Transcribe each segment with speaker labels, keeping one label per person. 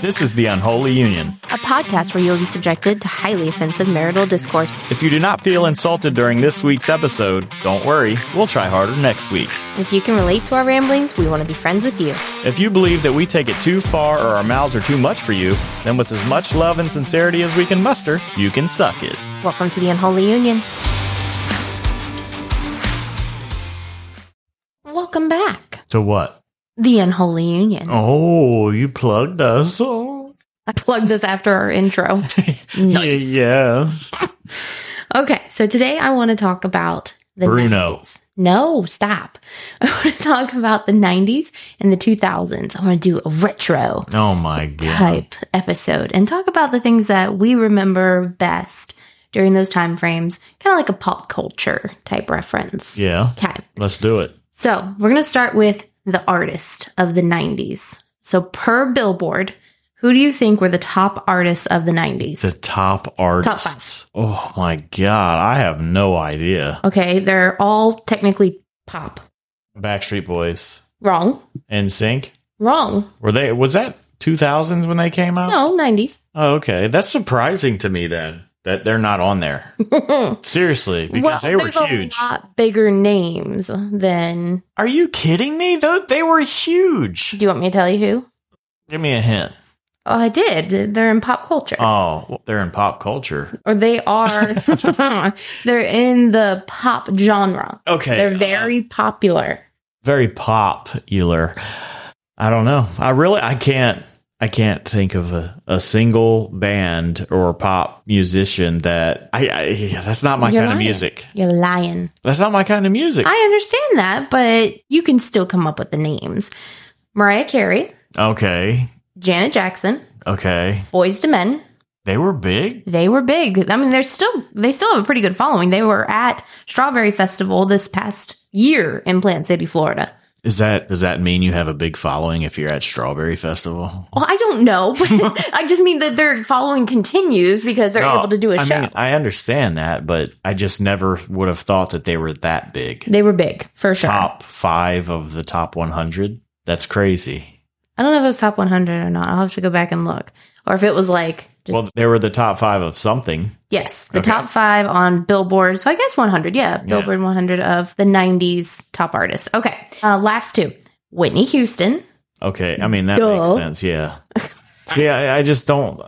Speaker 1: This is The Unholy Union.
Speaker 2: a podcast where you will be subjected to highly offensive marital discourse.
Speaker 1: If you do not feel insulted during this week's episode, don't worry, we'll try harder next week.
Speaker 2: If you can relate to our ramblings, we want to be friends with you.
Speaker 1: If you believe that we take it too far or our mouths are too much for you, then with as much love and sincerity as we can muster, you can suck it.
Speaker 2: Welcome to the Unholy Union. Welcome back.
Speaker 1: To what?
Speaker 2: The Unholy Union.
Speaker 1: Oh, you plugged us. Oh.
Speaker 2: I plugged this after our intro. Nice.
Speaker 1: Yes.
Speaker 2: Okay, so today I want to talk about the
Speaker 1: Bruno.
Speaker 2: 90s. No, stop. I want to talk about the 90s and the 2000s. I want to do a retro
Speaker 1: Oh my
Speaker 2: type episode and talk about the things that we remember best during those time frames, kind of like a pop culture type reference.
Speaker 1: Yeah.
Speaker 2: Okay.
Speaker 1: Let's do it.
Speaker 2: So we're going to start with the artist of the 90s. So, per Billboard, who do you think were the top artists of the 90s?
Speaker 1: The top artists. Oh my god, I have no idea.
Speaker 2: okay, they're all technically pop.
Speaker 1: Backstreet Boys
Speaker 2: Wrong.
Speaker 1: and Sync.
Speaker 2: Wrong.
Speaker 1: Were they was that 2000s when they came out?
Speaker 2: No, 90s.
Speaker 1: Oh, okay. That's surprising to me then that they're not on there. Seriously, because
Speaker 2: Well,
Speaker 1: they were
Speaker 2: there's
Speaker 1: huge.
Speaker 2: a lot bigger names than.
Speaker 1: Are you kidding me? Though they were huge.
Speaker 2: Do you want me to tell you who?
Speaker 1: Give me a hint.
Speaker 2: Oh, I did. They're in pop culture.
Speaker 1: Oh, well, they're in pop culture.
Speaker 2: or they are they're in the pop genre.
Speaker 1: Okay.
Speaker 2: They're very popular.
Speaker 1: very popular. I don't know. I really I can't I can't think of a, a single band or pop musician that I, I that's not my
Speaker 2: You're
Speaker 1: kind of
Speaker 2: lying.
Speaker 1: music.
Speaker 2: You're lying.
Speaker 1: That's not my kind of music.
Speaker 2: I understand that, but you can still come up with the names. Mariah Carey,
Speaker 1: okay.
Speaker 2: Janet Jackson,
Speaker 1: Okay.
Speaker 2: Boys to Men.
Speaker 1: They were big.
Speaker 2: They were big. I mean, they're still they still have a pretty good following. They were at Strawberry Festival this past year in Plant City, Florida.
Speaker 1: Is that does that mean you have a big following if you're at Strawberry Festival?
Speaker 2: Well, I don't know, but I just mean that their following continues because they're
Speaker 1: No,
Speaker 2: able to do a
Speaker 1: I
Speaker 2: show.
Speaker 1: mean, I understand that, but I just never would have thought that they were that big.
Speaker 2: they were big for sure.
Speaker 1: Top five of the top 100. That's crazy.
Speaker 2: I don't know if it was top 100 or not. I'll have to go back and look. Or if it was like, just,
Speaker 1: well, they were the top five of something.
Speaker 2: yes, the
Speaker 1: okay.
Speaker 2: top five on Billboard. So I guess 100. Yeah, Billboard 100 of the 90s top artists. Okay. Uh, last two Whitney Houston.
Speaker 1: Okay, I mean that
Speaker 2: Duh.
Speaker 1: makes sense. Yeah, yeah. I- I just don't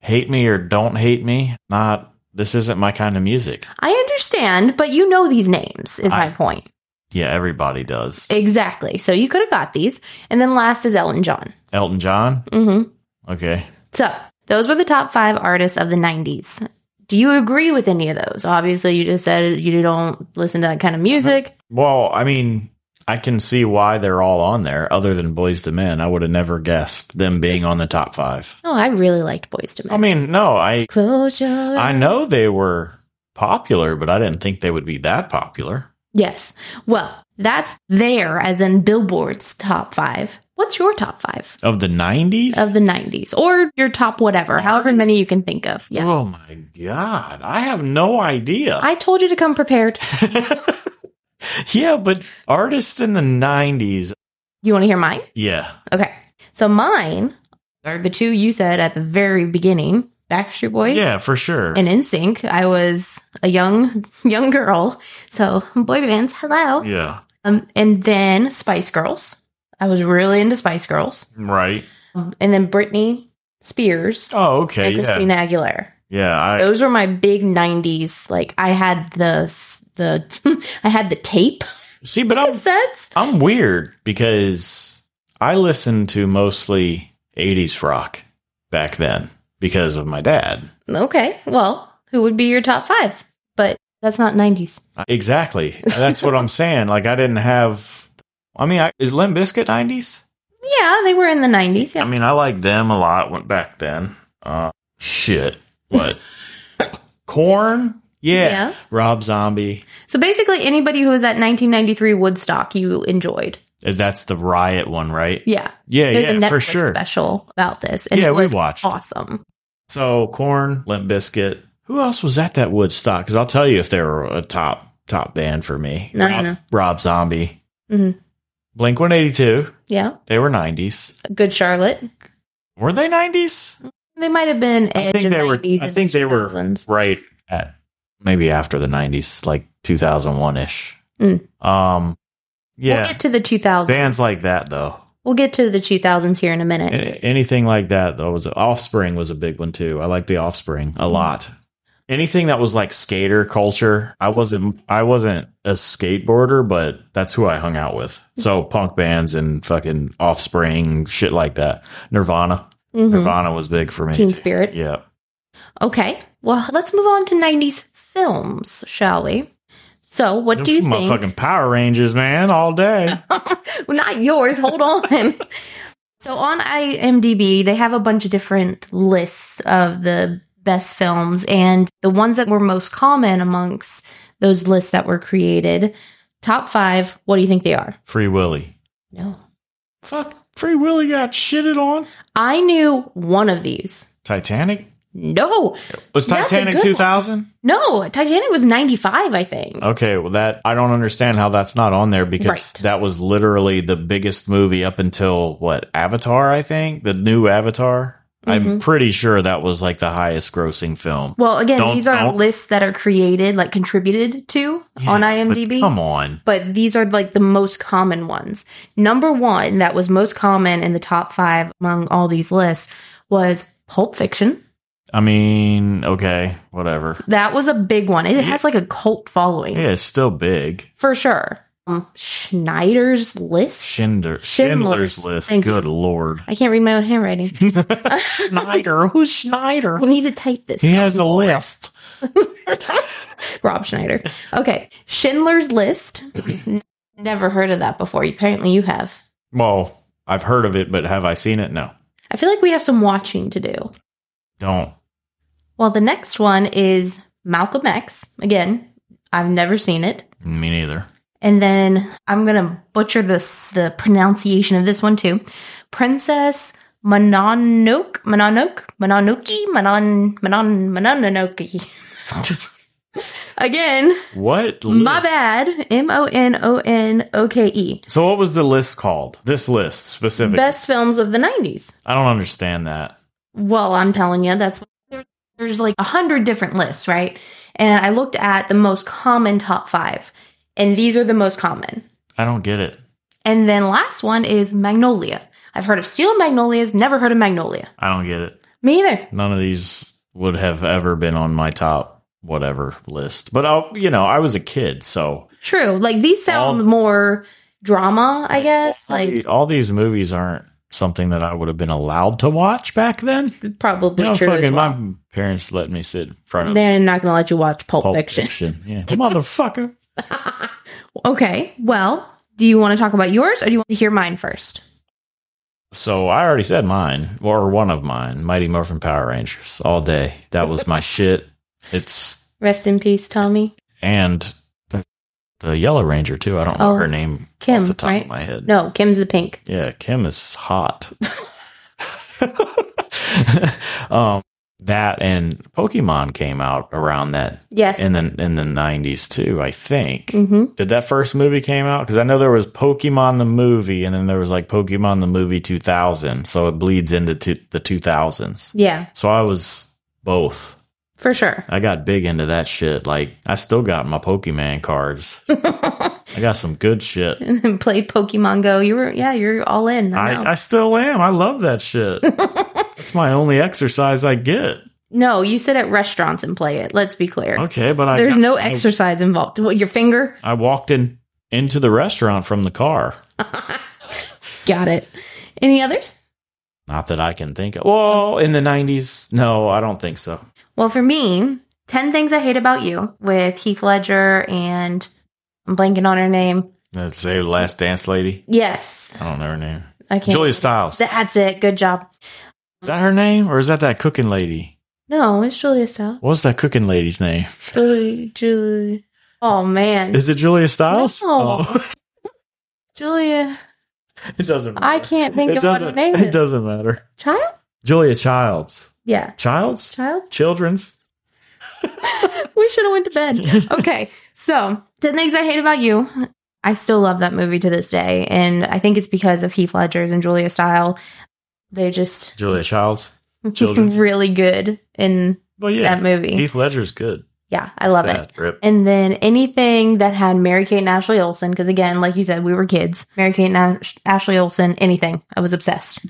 Speaker 1: hate me or don't hate me. Not this isn't my kind of music.
Speaker 2: I understand, but you know these names, is
Speaker 1: I-
Speaker 2: my point.
Speaker 1: Yeah, everybody does.
Speaker 2: Exactly. So you could have got these. And then last is Ellen John.
Speaker 1: Elton John.
Speaker 2: hmm
Speaker 1: Okay,
Speaker 2: So those were the top five artists of the 90s. Do you agree with any of those? Obviously, you just said you don't listen to that kind of music.
Speaker 1: Well, I mean, I can see why they're all on there, other than Boys to Men. I would have never guessed them being on the top five.
Speaker 2: Oh, I really liked Boys to Men.
Speaker 1: I mean, no, I
Speaker 2: Close your
Speaker 1: I know they were popular, but I didn't think they would be that popular.
Speaker 2: Yes. Well, that's there as in Billboard's top five. What's your top five
Speaker 1: Of the nineties?
Speaker 2: of the 90s or your top whatever, however many you can think of? Yeah.
Speaker 1: Oh my god. I have no idea.
Speaker 2: I told you to come prepared.
Speaker 1: yeah, but artists in the nineties,
Speaker 2: You want to hear mine?
Speaker 1: yeah.
Speaker 2: Okay. So mine are the two you said at the very beginning Backstreet Boys
Speaker 1: Yeah, for sure.
Speaker 2: and NSYNC. I was a young, young girl. So boy bands, hello.
Speaker 1: yeah.
Speaker 2: Um, and then Spice Girls. I was really into Spice Girls.
Speaker 1: Right.
Speaker 2: And then Britney Spears.
Speaker 1: Oh, okay.
Speaker 2: and
Speaker 1: Yeah.
Speaker 2: Christina Aguilera.
Speaker 1: Yeah. I,
Speaker 2: Those were my big '90s. Like I had the the I had the tape
Speaker 1: see, but I'm
Speaker 2: cassettes.
Speaker 1: I'm weird because I listened to mostly 80s rock back then because of my dad.
Speaker 2: Okay, well, who would be your top five? But that's not '90s.
Speaker 1: Exactly. That's what I'm saying. Like, I didn't have. I mean, I, is Limp Bizkit 90s?
Speaker 2: Yeah, they were in the '90s.
Speaker 1: I
Speaker 2: Yeah,
Speaker 1: mean, I liked them a lot when- back then. Uh, shit. What? Corn? Yeah.
Speaker 2: Yeah.
Speaker 1: Rob Zombie.
Speaker 2: so basically, anybody who was at 1993 Woodstock, you enjoyed.
Speaker 1: That's the Riot one, right?
Speaker 2: Yeah,
Speaker 1: Yeah,
Speaker 2: there's
Speaker 1: yeah,
Speaker 2: a Netflix
Speaker 1: for sure.
Speaker 2: special about this, and
Speaker 1: Yeah,
Speaker 2: it
Speaker 1: we
Speaker 2: was
Speaker 1: watched.
Speaker 2: awesome.
Speaker 1: So corn, Limp Biscuit. Who else was at that Woodstock? Because I'll tell you if they were a top top band for me.
Speaker 2: No, I
Speaker 1: Rob,
Speaker 2: know.
Speaker 1: Rob Zombie,
Speaker 2: Mhm.
Speaker 1: Blink One Eighty Two.
Speaker 2: Yeah,
Speaker 1: They were nineties.
Speaker 2: Good Charlotte.
Speaker 1: Were they nineties?
Speaker 2: They might have been.
Speaker 1: I
Speaker 2: edge
Speaker 1: think
Speaker 2: of
Speaker 1: they were.
Speaker 2: 90s
Speaker 1: I
Speaker 2: and
Speaker 1: think they were
Speaker 2: 2000s.
Speaker 1: right at maybe after the nineties, like two thousand one ish.
Speaker 2: Mm.
Speaker 1: Um, yeah,
Speaker 2: We'll get to the 2000s.
Speaker 1: bands like that though.
Speaker 2: We'll get to the 2000s here in a minute.
Speaker 1: A- anything like that though was offspring was a big one too i like the offspring
Speaker 2: Mm-hmm.
Speaker 1: a lot anything that was like skater culture i wasn't i wasn't a skateboarder but that's who i hung out with
Speaker 2: Mm-hmm.
Speaker 1: so punk bands and fucking offspring shit like that nirvana
Speaker 2: Mhm.
Speaker 1: nirvana was big for me
Speaker 2: Teen
Speaker 1: too.
Speaker 2: Spirit.
Speaker 1: yeah
Speaker 2: Okay. Well, let's move on to 90s films, shall we? So, what do you think?
Speaker 1: fucking power rangers man all day
Speaker 2: well, not yours. Hold on. so on IMDb, they have a bunch of different lists of the best films, and the ones that were most common amongst those lists that were created. Top five. What do you think they are?
Speaker 1: free willy
Speaker 2: No,
Speaker 1: fuck free willy got shitted on
Speaker 2: I knew one of these.
Speaker 1: titanic
Speaker 2: No,
Speaker 1: was
Speaker 2: That's a
Speaker 1: titanic
Speaker 2: good one.
Speaker 1: 2000
Speaker 2: no. Titanic was ninety five, I think.
Speaker 1: Okay, well that I don't understand how that's not on there because
Speaker 2: Right.
Speaker 1: that was literally the biggest movie up until what Avatar, I think the new Avatar.
Speaker 2: Mm-hmm.
Speaker 1: I'm pretty sure that was like the highest grossing film
Speaker 2: Well, again,
Speaker 1: Don't-
Speaker 2: these are
Speaker 1: don't-
Speaker 2: lists that are created, like contributed to
Speaker 1: Yeah,
Speaker 2: on
Speaker 1: but
Speaker 2: IMDb.
Speaker 1: Come on,
Speaker 2: but these are like the most common ones. Number one that was most common in the top five among all these lists was Pulp Fiction.
Speaker 1: I mean, okay, whatever.
Speaker 2: That was a big one. It has like a cult following
Speaker 1: Yeah, it's still big.
Speaker 2: for sure. Um, Schneider's List.
Speaker 1: Schindler,
Speaker 2: Schindler's.
Speaker 1: Schindler's, List.
Speaker 2: Thank you.
Speaker 1: Good lord,
Speaker 2: I can't read my own handwriting.
Speaker 1: Schneider. Who's Schneider?
Speaker 2: I need to type this.
Speaker 1: He
Speaker 2: down.
Speaker 1: has a list.
Speaker 2: Rob Schneider. Okay, Schindler's List. Never heard of that before. Apparently, you have.
Speaker 1: Well, I've heard of it, but have I seen it? No,
Speaker 2: I feel like we have some watching to do.
Speaker 1: don't.
Speaker 2: Well, the next one is Malcolm X. Again, I've never seen it.
Speaker 1: Me neither.
Speaker 2: And then I'm going to butcher this the pronunciation of this one too. Princess Mononoke, Mononoke, Mononoke, Monon, Monon, Mononoke. Again,
Speaker 1: What?
Speaker 2: my
Speaker 1: list?
Speaker 2: bad. M O N O N O K E.
Speaker 1: So what was the list called? This list specifically.
Speaker 2: Best films of the 90s.
Speaker 1: I don't understand that.
Speaker 2: Well, I'm telling you, that's there- there's like a hundred different lists, right? And I looked at the most common top five, and these are the most common.
Speaker 1: I don't get it.
Speaker 2: And then last one is Magnolia. I've heard of Steel Magnolias, never heard of Magnolia.
Speaker 1: I don't get it.
Speaker 2: Me either.
Speaker 1: None of these would have ever been on my top whatever list. But I, you know, I was a kid, so
Speaker 2: True. Like these sound
Speaker 1: All-
Speaker 2: more drama, I guess. Like
Speaker 1: all these movies aren't something that I would have been allowed to watch back then.
Speaker 2: probably
Speaker 1: You know,
Speaker 2: true. As
Speaker 1: fucking
Speaker 2: well.
Speaker 1: my parents let me sit in front of
Speaker 2: They're not going to let you watch Pulp,
Speaker 1: Pulp
Speaker 2: Fiction.
Speaker 1: Fiction. Yeah, motherfucker.
Speaker 2: Okay. Well, do you want to talk about yours or do you want to hear mine first?
Speaker 1: So I already said mine, or one of mine, Mighty Morphin Power Rangers, all day. That was my shit. It's
Speaker 2: Rest in peace, Tommy.
Speaker 1: and the, the Yellow Ranger too. I don't
Speaker 2: Oh,
Speaker 1: know her name
Speaker 2: Kim,
Speaker 1: off the top
Speaker 2: right?
Speaker 1: of my head.
Speaker 2: No, Kim's the pink.
Speaker 1: Yeah, Kim is hot. um, that and Pokemon came out around that
Speaker 2: Yes.
Speaker 1: in the in the nineties too. I think.
Speaker 2: hmm
Speaker 1: Did that first movie came out? Because I know there was Pokemon the movie, and then there was like Pokemon the movie two thousand. So it bleeds into two the two thousands.
Speaker 2: Yeah,
Speaker 1: So I was both.
Speaker 2: for sure.
Speaker 1: I got big into that shit. Like I still got my Pokemon cards. I got some good shit.
Speaker 2: And then played Pokemon Go. You were yeah, you're all in. I know.
Speaker 1: I, I still am. I love that shit. That's my only exercise I get.
Speaker 2: no, you sit at restaurants and play it. Let's be clear.
Speaker 1: Okay, but I
Speaker 2: There's
Speaker 1: got-
Speaker 2: no
Speaker 1: I-
Speaker 2: exercise involved. What, your finger?
Speaker 1: I, walked in into the restaurant from the car.
Speaker 2: Got it. Any others?
Speaker 1: Not that I can think of. Well, in the nineties, no, I don't think so.
Speaker 2: Well, for me, 10 Things I Hate About You with Heath Ledger and I'm blanking on her name.
Speaker 1: Let's say Last Dance Lady.
Speaker 2: Yes.
Speaker 1: I don't know her name.
Speaker 2: I can't.
Speaker 1: Julia Stiles.
Speaker 2: That's it. Good job.
Speaker 1: Is that her name, or is that that cooking lady?
Speaker 2: No, it's Julia Stiles.
Speaker 1: What's that cooking lady's name?
Speaker 2: Julie, Julie. Oh, man.
Speaker 1: Is it Julia Stiles?
Speaker 2: No.
Speaker 1: Oh,
Speaker 2: Julia.
Speaker 1: it doesn't. Matter.
Speaker 2: I can't think
Speaker 1: it
Speaker 2: of what her
Speaker 1: doesn't.
Speaker 2: name
Speaker 1: It
Speaker 2: is.
Speaker 1: doesn't matter.
Speaker 2: Child?
Speaker 1: Julia Childs.
Speaker 2: Yeah.
Speaker 1: Childs.
Speaker 2: Child?
Speaker 1: Children's.
Speaker 2: we should have went to bed. Okay, so ten things I hate about you. I still love that movie to this day, and I think it's because of Heath Ledger's and Julia Stiles. They just
Speaker 1: Julia Childs. Children's.
Speaker 2: really good in
Speaker 1: Well, yeah,
Speaker 2: that movie.
Speaker 1: Heath Ledger's good.
Speaker 2: yeah, I love it.
Speaker 1: Bad. Rip.
Speaker 2: And then anything that had Mary Kate and Ashley Olsen, because again, like you said, we were kids. Mary Kate and Ash- Ashley Olsen, anything. I was obsessed.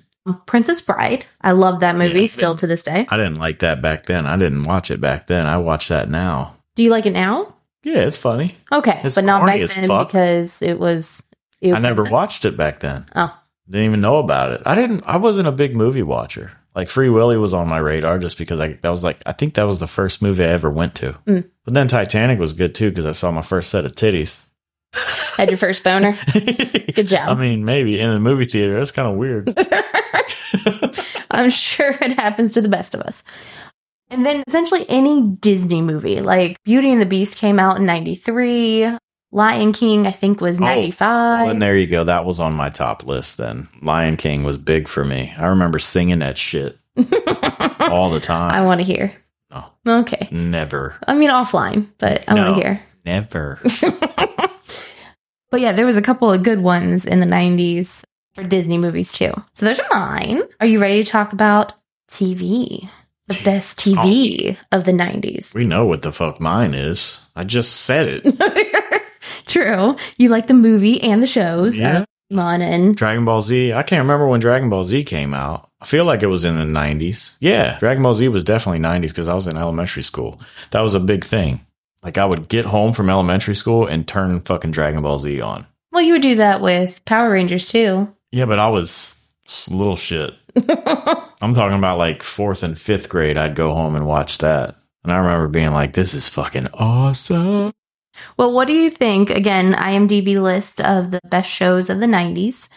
Speaker 2: Princess Bride. I love that movie
Speaker 1: Yeah.
Speaker 2: still to this day.
Speaker 1: I didn't like that back then. I didn't watch it back then. I watch that now.
Speaker 2: Do you like it now?
Speaker 1: Yeah, it's funny.
Speaker 2: Okay,
Speaker 1: It's
Speaker 2: but not
Speaker 1: corny
Speaker 2: back
Speaker 1: as
Speaker 2: then
Speaker 1: fuck.
Speaker 2: because it was. It
Speaker 1: I never
Speaker 2: wasn't.
Speaker 1: watched it back then.
Speaker 2: Oh.
Speaker 1: Didn't even know about it. I didn't I wasn't a big movie watcher. Like Free Willy was on my radar just because I that was like I think that was the first movie I ever went to.
Speaker 2: Mm.
Speaker 1: But then Titanic was good too because I saw my first set of titties.
Speaker 2: Had your first boner. Good job.
Speaker 1: I mean, maybe in the movie theater. That's kind of weird.
Speaker 2: I'm sure it happens to the best of us. And then essentially any Disney movie, like Beauty and the Beast came out in 93, Lion King, I think, was
Speaker 1: Oh,
Speaker 2: 95.
Speaker 1: Well, and there you go. That was on my top list then. Lion King was big for me. I remember singing that shit all the
Speaker 2: I
Speaker 1: time.
Speaker 2: want to hear.
Speaker 1: No.
Speaker 2: Okay.
Speaker 1: never.
Speaker 2: I mean, offline, but I
Speaker 1: No.
Speaker 2: want to hear.
Speaker 1: Never.
Speaker 2: But yeah, there was a couple of good ones in the 90s for Disney movies too. So those are mine. Are you ready to talk about TV? The best TV
Speaker 1: Oh.
Speaker 2: of the 90s.
Speaker 1: we know what the fuck mine is. I just said it.
Speaker 2: True. You like the movie and the shows.
Speaker 1: Yeah.
Speaker 2: Yeah. Mon and
Speaker 1: Dragon Ball Z. I can't remember when Dragon Ball Z came out. I feel like it was in the 90s. Yeah, Dragon Ball Z was definitely 90s because I was in elementary school. That was a big thing. Like I would get home from elementary school and turn fucking Dragon Ball Z on.
Speaker 2: well, you would do that with Power Rangers too.
Speaker 1: Yeah, but I was s- little shit. I'm talking about like fourth and fifth grade. I'd go home and watch that. And I remember being like, this is fucking awesome.
Speaker 2: Well, what do you think? Again, IMDb list of the best shows of the 90s,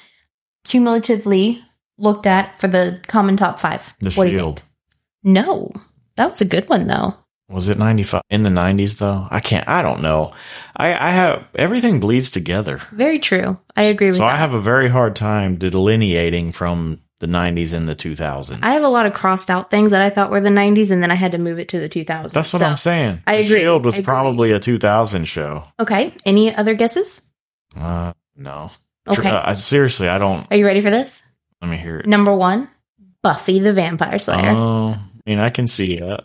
Speaker 2: cumulatively looked at for the common top five.
Speaker 1: The
Speaker 2: What do you
Speaker 1: Shield.
Speaker 2: think? No, that was a good one though.
Speaker 1: Was it 95? In the 90s, though? I can't, I don't know. I, I have everything bleeds together.
Speaker 2: Very true. I agree with
Speaker 1: So
Speaker 2: that.
Speaker 1: I have a very hard time delineating from the 90s and the 2000s.
Speaker 2: I have a lot of crossed out things that I thought were the 90s, and then I had to move it to the 2000s.
Speaker 1: That's what
Speaker 2: So-
Speaker 1: I'm saying.
Speaker 2: I
Speaker 1: The
Speaker 2: agree.
Speaker 1: Shield was
Speaker 2: I agree.
Speaker 1: probably a 2000 show.
Speaker 2: Okay. Any other guesses?
Speaker 1: Uh, no. Tr-
Speaker 2: Okay.
Speaker 1: uh, I, seriously, I don't.
Speaker 2: Are you ready for this?
Speaker 1: Let me hear it.
Speaker 2: Number one, Buffy the Vampire Slayer.
Speaker 1: Oh, I mean, I can see that.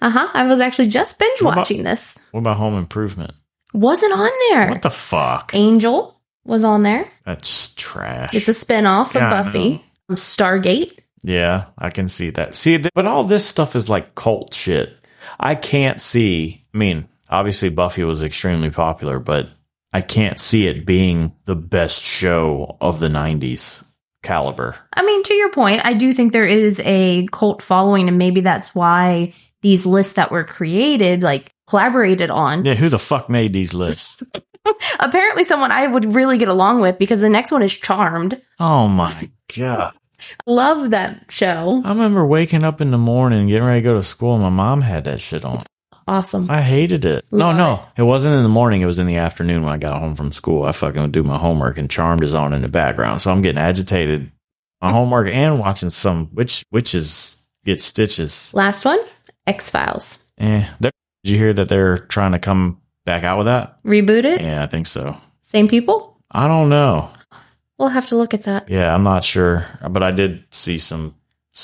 Speaker 2: Uh huh. I was actually just binge
Speaker 1: What about-
Speaker 2: watching this.
Speaker 1: What about Home Improvement?
Speaker 2: Wasn't on there.
Speaker 1: What the fuck?
Speaker 2: Angel was on there.
Speaker 1: That's trash.
Speaker 2: It's a spinoff
Speaker 1: Yeah, I
Speaker 2: of Buffy. Um, Stargate.
Speaker 1: yeah, I can see that. See, th- but all this stuff is like cult shit. I can't see. I mean, obviously Buffy was extremely popular, but I can't see it being the best show of the '90s caliber.
Speaker 2: I mean, to your point, I do think there is a cult following, and maybe that's why these lists that were created, like collaborated on.
Speaker 1: Yeah, who the fuck made these lists?
Speaker 2: Apparently, someone I would really get along with because the next one is Charmed.
Speaker 1: Oh my god!
Speaker 2: Love that show.
Speaker 1: I remember waking up in the morning, getting ready to go to school, and my mom had that shit on.
Speaker 2: Awesome.
Speaker 1: I hated it. No,
Speaker 2: Love
Speaker 1: no. It wasn't in the morning. It was in the afternoon when I got home from school. I fucking would do my homework and Charmed is on in the background. So I'm getting agitated. My homework and watching some witch witches get stitches.
Speaker 2: Last one, X Files.
Speaker 1: Eh. There- Did you hear that they're trying to come back out with that?
Speaker 2: Reboot it.
Speaker 1: Yeah, I think so.
Speaker 2: Same people.
Speaker 1: I don't know.
Speaker 2: We'll have to look at that.
Speaker 1: Yeah, I'm not sure. But I did see some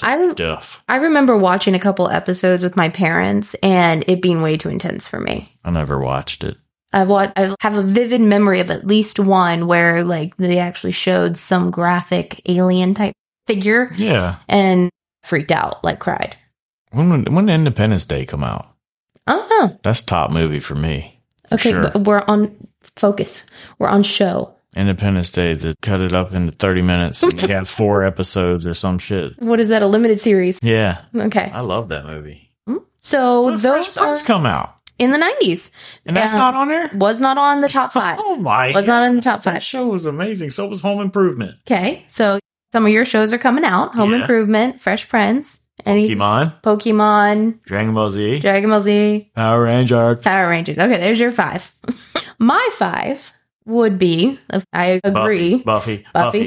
Speaker 2: I don't.
Speaker 1: stuff.
Speaker 2: I remember watching a couple episodes with my parents and it being way too intense for me.
Speaker 1: I never watched it.
Speaker 2: I've watched, I have a vivid memory of at least one where like they actually showed some graphic alien type figure
Speaker 1: Yeah.
Speaker 2: and freaked out, like cried.
Speaker 1: When when did Independence Day come out?
Speaker 2: Oh,
Speaker 1: That's top movie for me. For
Speaker 2: okay.
Speaker 1: sure.
Speaker 2: but We're on focus. We're on show.
Speaker 1: Independence Day to cut it up into 30 minutes and you have four episodes or some shit.
Speaker 2: What is that? A limited series.
Speaker 1: Yeah.
Speaker 2: Okay.
Speaker 1: I love that movie.
Speaker 2: So
Speaker 1: When
Speaker 2: Oh, those
Speaker 1: Fresh
Speaker 2: are
Speaker 1: Prince come out.
Speaker 2: in the 90s.
Speaker 1: And that's
Speaker 2: Yeah.
Speaker 1: not on there?
Speaker 2: Was not on the top five.
Speaker 1: Oh my.
Speaker 2: Was not in the top
Speaker 1: that
Speaker 2: five.
Speaker 1: show was amazing. So was Home Improvement.
Speaker 2: Okay. So some of your shows are coming out Home
Speaker 1: Yeah.
Speaker 2: Improvement, Fresh Prince, any
Speaker 1: Pokemon,
Speaker 2: Pokemon,
Speaker 1: Dragon Ball Z,
Speaker 2: Dragon Ball Z,
Speaker 1: Power Ranger,
Speaker 2: Power Rangers. Okay, there's your five. My five would be, I agree,
Speaker 1: Buffy, Buffy,
Speaker 2: Buffy,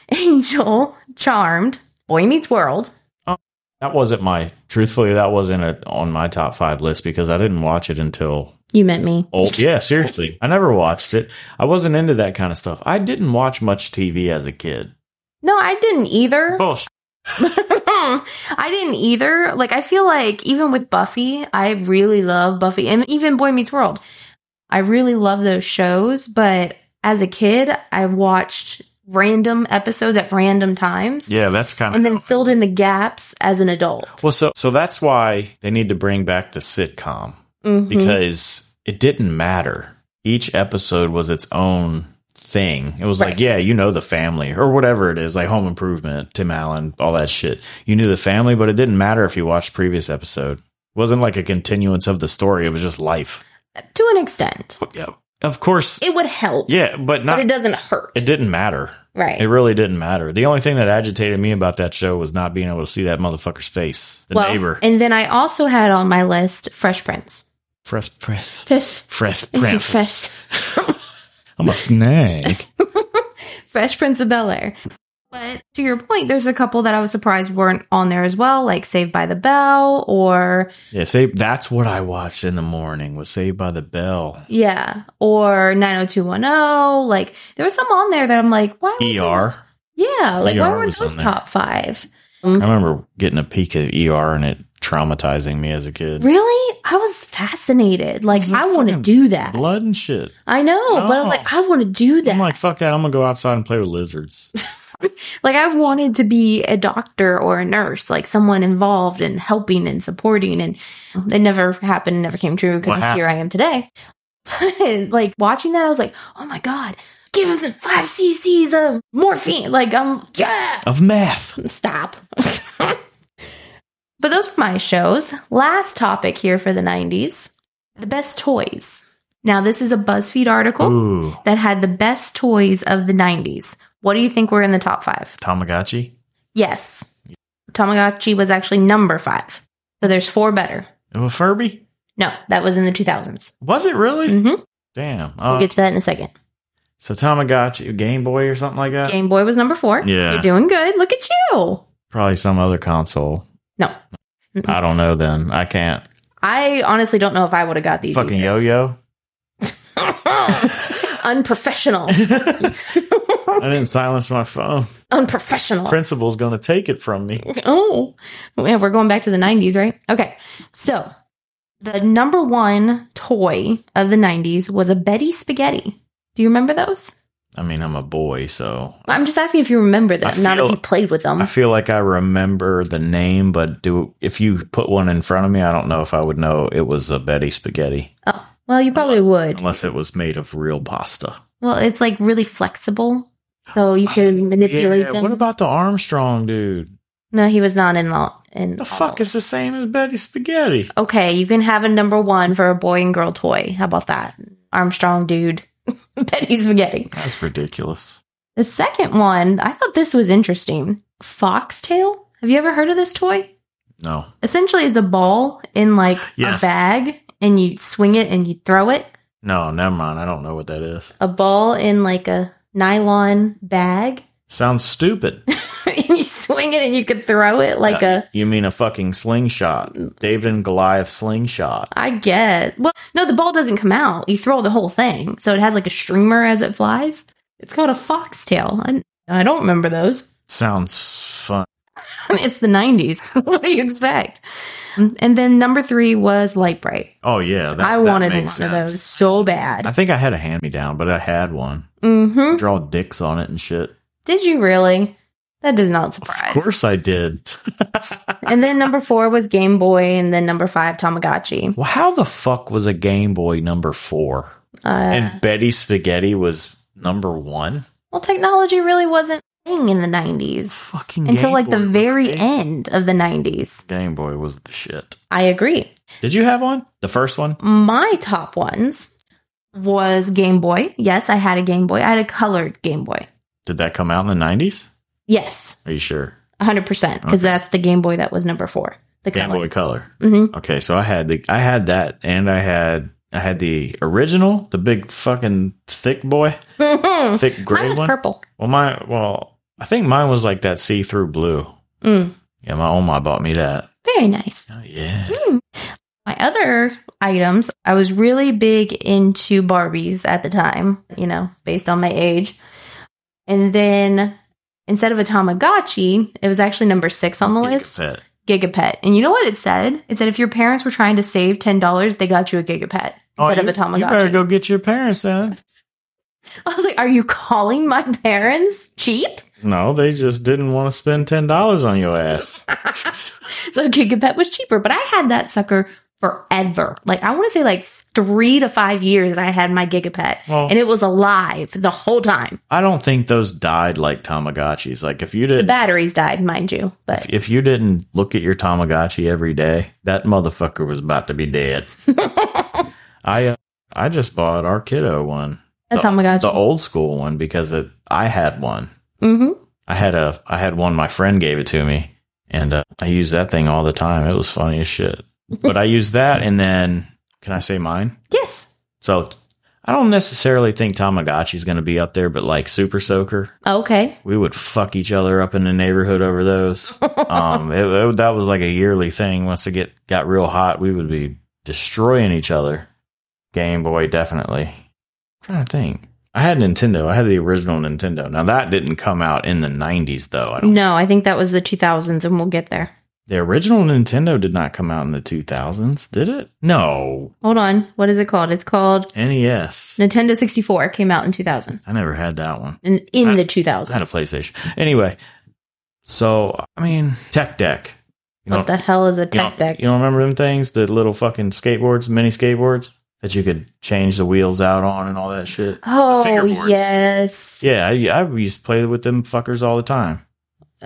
Speaker 1: Buffy.
Speaker 2: Angel, Charmed, Boy Meets World.
Speaker 1: That wasn't my, truthfully, that wasn't a, on my top five list because I didn't watch it until
Speaker 2: You meant me.
Speaker 1: old. Yeah, seriously. I never watched it. I wasn't into that kind of stuff. I didn't watch much TV as a kid.
Speaker 2: No, I didn't either.
Speaker 1: Bullshit.
Speaker 2: I didn't either. Like, I feel like even with Buffy, I really love Buffy and even Boy Meets World. I really love those shows, but as a kid, I watched random episodes at random times
Speaker 1: Yeah, that's kind of
Speaker 2: and then filled in the gaps as an adult.
Speaker 1: well. So so that's why they need to bring back the sitcom
Speaker 2: Mhm.
Speaker 1: because it didn't matter. Each episode was its own thing. It was like,
Speaker 2: Right.
Speaker 1: yeah, you know the family or whatever it is, like Home Improvement, Tim Allen, all that shit. You knew the family, but it didn't matter if you watched previous episode. It wasn't like a continuance of the story. It was just life.
Speaker 2: to an extent,
Speaker 1: Yeah, of course.
Speaker 2: it would help,
Speaker 1: yeah, but
Speaker 2: but
Speaker 1: not.
Speaker 2: it
Speaker 1: It,
Speaker 2: doesn't hurt.
Speaker 1: didn't matter.
Speaker 2: right.
Speaker 1: It really didn't matter. The only thing that agitated me about that show was not being able to see that motherfucker's face. The neighbor.
Speaker 2: And then I also had on my list Fresh Prince.
Speaker 1: Fresh breath.
Speaker 2: Fresh,
Speaker 1: Fresh
Speaker 2: it's a
Speaker 1: breath.
Speaker 2: fresh,
Speaker 1: I'm a snake.
Speaker 2: fresh Prince of Bel Air. But to your point, there's a couple that I was surprised weren't on there as well, like Saved by the Bell or
Speaker 1: Yeah, save. That's what I watched in the morning. Was Saved by the Bell.
Speaker 2: yeah, or 90210. Like there was some on there that I'm like, why? was it-
Speaker 1: ER.
Speaker 2: Yeah, like why
Speaker 1: ER
Speaker 2: were
Speaker 1: was on
Speaker 2: those
Speaker 1: there.
Speaker 2: top five?
Speaker 1: I remember getting a peek of ER and it traumatizing me as a kid.
Speaker 2: Really? I was fascinated. Like
Speaker 1: It's
Speaker 2: I want to
Speaker 1: fucking
Speaker 2: do that.
Speaker 1: Blood and shit.
Speaker 2: I know, but I was
Speaker 1: No. Oh
Speaker 2: like, I want to do that.
Speaker 1: I'm like, fuck that. I'm gonna go outside and play with lizards.
Speaker 2: Like I've wanted to be a doctor or a nurse, like someone involved in helping and supporting, and it never happened, never came true
Speaker 1: Mm-hmm. What
Speaker 2: because
Speaker 1: hap-
Speaker 2: here I am today. But like watching that, I was like, oh my god, give him the five cc's of morphine. Like um, yeah,
Speaker 1: Of meth.
Speaker 2: stop. but those were my shows. Last topic here for the '90s: the best toys. Now this is a BuzzFeed article
Speaker 1: Ooh.
Speaker 2: that had the best toys of the '90s. What do you think were in the top five?
Speaker 1: Tamagotchi.
Speaker 2: Yes. Tamagotchi was actually number five. So there's four better.
Speaker 1: Oh, Furby.
Speaker 2: No, that was in the 2000s.
Speaker 1: Was it really?
Speaker 2: hmm
Speaker 1: Damn.
Speaker 2: We'll
Speaker 1: Uh,
Speaker 2: get to that in a second.
Speaker 1: so Tamagotchi, Game Boy, or something like that.
Speaker 2: Game Boy was number four.
Speaker 1: uh, Yeah.
Speaker 2: You're doing good. Look at you.
Speaker 1: Probably some other console.
Speaker 2: No. Mm-mm.
Speaker 1: I don't know. Then I can't.
Speaker 2: I honestly don't know if I would have got these.
Speaker 1: Fucking
Speaker 2: either.
Speaker 1: yo-yo.
Speaker 2: Unprofessional.
Speaker 1: I didn't silence my phone.
Speaker 2: Unprofessional.
Speaker 1: Principal's gonna take it from me.
Speaker 2: oh, yeah, we're going back to the 90s, right? Okay. So the number one toy of the 90s was a Betty Spaghetti. Do you remember those?
Speaker 1: I mean, I'm a boy, so
Speaker 2: I'm just asking if you remember them,
Speaker 1: I
Speaker 2: not if
Speaker 1: feel-
Speaker 2: you played with them.
Speaker 1: I feel like I remember the name, but do if you put one in front of me, I don't know if I would know it was a Betty spaghetti
Speaker 2: Oh, well, you probably would.
Speaker 1: unless it was made of real pasta.
Speaker 2: Well, it's like really flexible, so you can manipulate them.
Speaker 1: Ah, What about the Armstrong dude?
Speaker 2: no, he was not in the in
Speaker 1: The
Speaker 2: all
Speaker 1: fuck
Speaker 2: those.
Speaker 1: is the same as Betty spaghetti?
Speaker 2: Okay, you can have a number one for a boy and girl toy. How about that? Armstrong dude, Betty Spaghetti.
Speaker 1: That's ridiculous.
Speaker 2: The second one, I thought this was interesting. Foxtail. Have you ever heard of this toy?
Speaker 1: No,
Speaker 2: Essentially, it's a ball in like
Speaker 1: Yes.
Speaker 2: a bag, and you swing it and you throw it.
Speaker 1: no, never mind. I don't know what that is.
Speaker 2: A ball in like a nylon bag,
Speaker 1: Sounds stupid. Uh,
Speaker 2: and you swing it and you could throw it like a Mm.
Speaker 1: you mean a fucking slingshot, David and Goliath slingshot?
Speaker 2: I guess. Well, no, the ball doesn't come out. You throw the whole thing. So it has like a streamer as it flies. It's called a foxtail. I, I don't remember those.
Speaker 1: Sounds fun.
Speaker 2: it's the 90s. what do you expect? And then number three was Light Bright.
Speaker 1: Oh yeah, Mm-hmm. that-
Speaker 2: I
Speaker 1: that
Speaker 2: wanted one
Speaker 1: makes
Speaker 2: of
Speaker 1: sense.
Speaker 2: those so
Speaker 1: I
Speaker 2: bad.
Speaker 1: think I had a hand me down, but I had one.
Speaker 2: hmm
Speaker 1: Draw dicks on it and shit.
Speaker 2: Did you really? That does not
Speaker 1: Of
Speaker 2: surprise.
Speaker 1: course I did.
Speaker 2: And then number four was Game Boy, and then number five, Tamagotchi.
Speaker 1: well, how the fuck was a Game Boy number four?
Speaker 2: Uh,
Speaker 1: and Betty Spaghetti was number one?
Speaker 2: well, technology really wasn't a thing in the 90s
Speaker 1: Fucking
Speaker 2: until
Speaker 1: Game
Speaker 2: like
Speaker 1: Boy
Speaker 2: the
Speaker 1: was
Speaker 2: very
Speaker 1: amazing.
Speaker 2: end of the 90s.
Speaker 1: Game Boy was the shit.
Speaker 2: I agree.
Speaker 1: Did you have one? The first one?
Speaker 2: my top ones was Game Boy. Yes, I had a Game Boy. I had a colored Game Boy.
Speaker 1: Did that come out in the 90s?
Speaker 2: Yes,
Speaker 1: Are you sure?
Speaker 2: 100% because
Speaker 1: Okay.
Speaker 2: that's the Game Boy that was number 4. The
Speaker 1: Game Boy
Speaker 2: color.
Speaker 1: Color.
Speaker 2: hmm
Speaker 1: Okay, so I had the I had that and I had I had the original, the big fucking thick boy,
Speaker 2: Mm-hmm. Mine
Speaker 1: thick gray
Speaker 2: was
Speaker 1: one.
Speaker 2: purple.
Speaker 1: Well, my well, I think mine was like that see-through blue.
Speaker 2: Mm,
Speaker 1: Yeah, my oma bought me that.
Speaker 2: very nice.
Speaker 1: Oh, yeah.
Speaker 2: My other items, I was really big into Barbies at the time, you know, based on my age. And then Instead of a Tamagotchi, it was actually number six on the list
Speaker 1: Pet.
Speaker 2: Gigapet. And you know what it said? It said if your parents were trying to save $10, they got you a Gigapet
Speaker 1: Oh,
Speaker 2: instead of
Speaker 1: you-
Speaker 2: a Tamagotchi.
Speaker 1: You better go get your parents out.
Speaker 2: I was like, are you calling my parents cheap?
Speaker 1: No, they just didn't want to spend ten dollars on your ass.
Speaker 2: So Gigapet was cheaper, but I had that sucker forever. Like I want to say like three to five years I had my Gigapet.
Speaker 1: Well,
Speaker 2: And it was alive the whole time.
Speaker 1: I don't think those died like Tamagotchis. Like if you
Speaker 2: The
Speaker 1: didn't,
Speaker 2: batteries died, mind you. But
Speaker 1: if you didn't look at your Tamagotchi every day, that motherfucker was about to be dead. I uh, I just bought our kiddo one,
Speaker 2: a Tamagotchi.
Speaker 1: the old school one, because it, I had one.
Speaker 2: hmm
Speaker 1: I had a I had one. My friend gave it to me, and uh, I used that thing all the time. It was funny as shit. But I used that, and then can I say mine?
Speaker 2: Yes.
Speaker 1: So I don't necessarily think Tamagotchi's going to be up there, but like Super Soaker,
Speaker 2: Okay.
Speaker 1: we would fuck each other up in the neighborhood over those. um, it, it- that was like a yearly thing. Once it get got real hot, we would be destroying each other. Game Boy, definitely. I'm trying to think. I had Nintendo. I had the original Nintendo. Now that didn't come out in the '90s, though. I don't.
Speaker 2: No, I think that was the 2000s, and we'll get there.
Speaker 1: The original Nintendo did not come out in the 2000s, did it? No.
Speaker 2: Hold on. What is it called? It's called
Speaker 1: NES.
Speaker 2: Nintendo 64. Came out in 2000.
Speaker 1: I never had that one.
Speaker 2: In, in
Speaker 1: I-
Speaker 2: the
Speaker 1: I had a
Speaker 2: 2000s.
Speaker 1: PlayStation. Anyway, so I mean, Tech Deck. You
Speaker 2: What
Speaker 1: don't-
Speaker 2: the hell is a
Speaker 1: you don't-
Speaker 2: tech deck?
Speaker 1: You don't remember them things? The little fucking skateboards, mini skateboards that you could change the wheels out on and all that shit.
Speaker 2: Oh,
Speaker 1: fingerboards.
Speaker 2: yes.
Speaker 1: Yeah, I, I used to play with them fuckers all the time.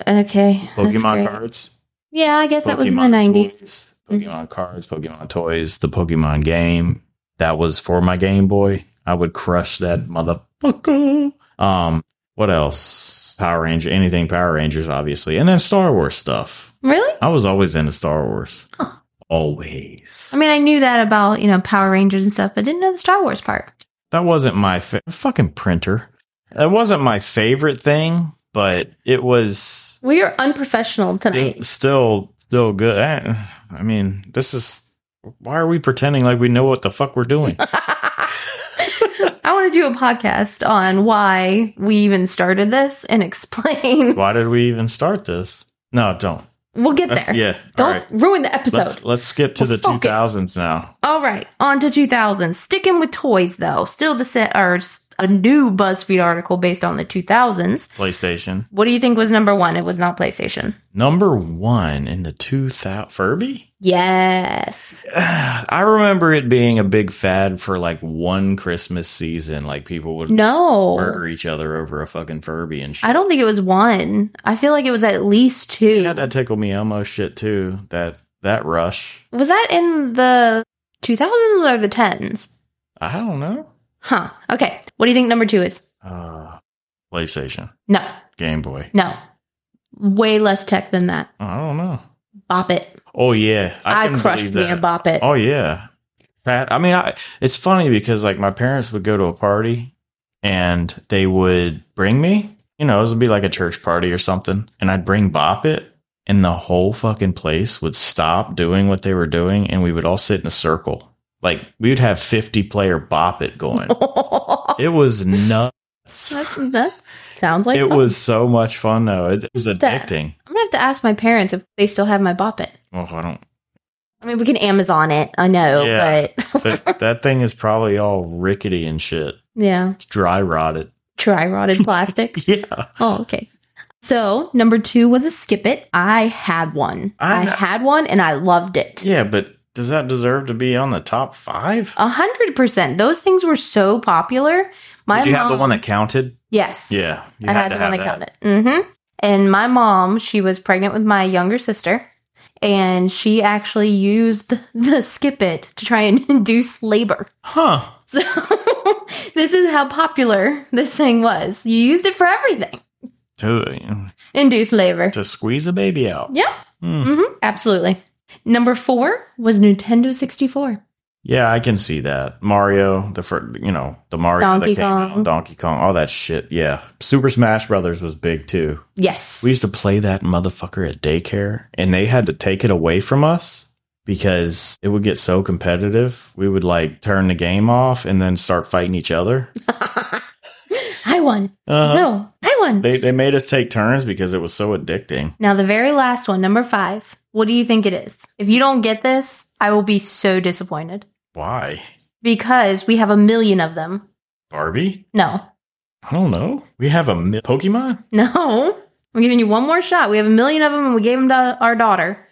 Speaker 2: Okay. that's
Speaker 1: Pokemon
Speaker 2: great.
Speaker 1: cards.
Speaker 2: Yeah, I guess that was in the
Speaker 1: Pokemon
Speaker 2: 90s.
Speaker 1: toys, Pokemon cards, Pokemon toys, the Pokemon game. That was for my Game Boy. I would crush that motherfucker. Um, what else? Power Ranger, anything Power Rangers, obviously, and then Star Wars stuff.
Speaker 2: Really?
Speaker 1: I was always into Star Wars.
Speaker 2: Huh.
Speaker 1: Always.
Speaker 2: I mean, I knew that about, you know, Power Rangers and stuff, but didn't know the Star Wars part.
Speaker 1: that wasn't my fa- fucking printer. That wasn't my favorite thing, but it was
Speaker 2: We are unprofessional tonight.
Speaker 1: it was still still good. I, I mean, this is why are we pretending like we know what the fuck we're doing?
Speaker 2: I want to do a podcast on why we even started this and explain.
Speaker 1: why did we even start this? No, don't.
Speaker 2: We'll get
Speaker 1: That's-
Speaker 2: there.
Speaker 1: yeah.
Speaker 2: Don't
Speaker 1: all right.
Speaker 2: ruin the episode.
Speaker 1: Let's let's skip to
Speaker 2: Well,
Speaker 1: the
Speaker 2: fuck it.
Speaker 1: 2000s now.
Speaker 2: All right, on to 2000. Sticking with toys, though. Still the set, or s- a new BuzzFeed article based on the 2000s.
Speaker 1: PlayStation.
Speaker 2: What do you think was number one? It was not PlayStation.
Speaker 1: Number 1 in the 2000 Furby?
Speaker 2: Yes.
Speaker 1: I remember it being a big fad for like one Christmas season. Like people would
Speaker 2: No.
Speaker 1: murder each other over a fucking Furby and shit.
Speaker 2: I don't think it was one. I feel like it was at least
Speaker 1: They
Speaker 2: two.
Speaker 1: had that tickle me Elmo shit too. That that rush.
Speaker 2: Was that in the 2000s or the 10s?
Speaker 1: I don't know.
Speaker 2: Huh. Okay. What do you think number two is?
Speaker 1: Uh, PlayStation,
Speaker 2: No,
Speaker 1: Game Boy.
Speaker 2: no. Way less tech than that.
Speaker 1: I don't know.
Speaker 2: Bop it.
Speaker 1: Oh yeah,
Speaker 2: I,
Speaker 1: couldn't
Speaker 2: crushed
Speaker 1: believe
Speaker 2: me
Speaker 1: that.
Speaker 2: a bop it.
Speaker 1: Oh yeah, Pat. I mean, I, it's funny because like my parents would go to a party and they would bring me. You know, it would be like a church party or something, and I'd bring Bop It, and the whole fucking place would stop doing what they were doing, and we would all sit in a circle. Like we would have fifty player Bop It going. Oh, it was nuts.
Speaker 2: That- that sounds like
Speaker 1: it
Speaker 2: fun.
Speaker 1: was so much fun though. It, it was
Speaker 2: That-
Speaker 1: addicting.
Speaker 2: I'm gonna have to ask my parents if they still have my bop it.
Speaker 1: Oh, I don't.
Speaker 2: I mean, we can Amazon it. I know,
Speaker 1: Yeah.
Speaker 2: but
Speaker 1: That, that thing is probably all rickety and shit.
Speaker 2: yeah,
Speaker 1: It's dry rotted.
Speaker 2: dry rotted plastic.
Speaker 1: Yeah.
Speaker 2: oh, okay. So number two was a skip it. I had one.
Speaker 1: I
Speaker 2: I,
Speaker 1: know.
Speaker 2: had one, and I loved it.
Speaker 1: Yeah, but does that deserve to be on the top five?
Speaker 2: A hundred percent. Those things were so popular. My
Speaker 1: Did you
Speaker 2: mom,
Speaker 1: have the one that counted?
Speaker 2: Yes.
Speaker 1: Yeah, you
Speaker 2: I had, the
Speaker 1: to
Speaker 2: one that,
Speaker 1: have
Speaker 2: counted. Mm-hmm. And my mom, she was pregnant with my younger sister, and she actually used the skip it to try and induce labor.
Speaker 1: Huh?
Speaker 2: So this is how popular this thing was. You used it for everything.
Speaker 1: To
Speaker 2: Induced labor.
Speaker 1: to squeeze a baby out.
Speaker 2: Yep.
Speaker 1: Hmm.
Speaker 2: hmm Absolutely. Number four was Nintendo 64.
Speaker 1: Yeah, I can see that. Mario, the fir- you know the Mario, that
Speaker 2: Donkey
Speaker 1: came out,
Speaker 2: Kong.
Speaker 1: Donkey Kong, all that shit. Yeah, Super Smash Brothers was big too.
Speaker 2: Yes.
Speaker 1: We used to play that motherfucker at daycare, and they had to take it away from us because it would get so competitive. We would like turn the game off and then start fighting each other.
Speaker 2: I won.
Speaker 1: Uh,
Speaker 2: no, I doing?
Speaker 1: They they made us take turns because it was so addicting.
Speaker 2: Now, the very last one, number five. What do you think it is? If you don't get this, I will be so disappointed
Speaker 1: Why?
Speaker 2: because we have a million of them.
Speaker 1: Barbie?
Speaker 2: No,
Speaker 1: I don't know. We have a mi- Pokemon?
Speaker 2: no. I'm giving you one more shot. We have a million of them and we gave them to our daughter.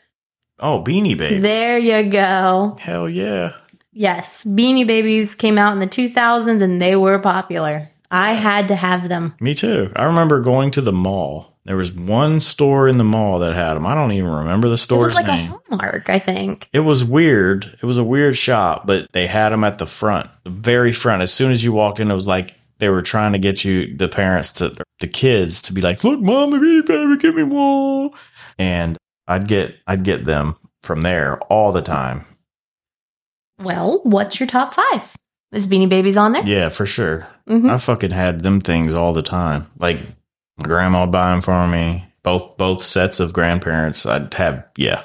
Speaker 1: Oh, Beanie Baby.
Speaker 2: There you go.
Speaker 1: Hell yeah.
Speaker 2: Yes, Beanie Babies came out in the 2000s and they were popular. I had to have them.
Speaker 1: Me too. I remember going to the mall. There was one store in the mall that had them. I don't even remember the
Speaker 2: It was
Speaker 1: store's
Speaker 2: like
Speaker 1: name.
Speaker 2: a hallmark, I think.
Speaker 1: It was weird. It was a weird shop, but they had them at the front, the very front. As soon as you walked in, it was like they were trying to get you, the parents to the kids, to be like, "Look, mommy, baby, give me one." And I'd get, I'd get them from there all the time.
Speaker 2: Well, what's your top five? Is Beanie Babies on there?
Speaker 1: Yeah, for sure.
Speaker 2: Mhm.
Speaker 1: I fucking had them things all the time. Like my grandma would buy them for me. Both both sets of grandparents. I'd have. Yeah,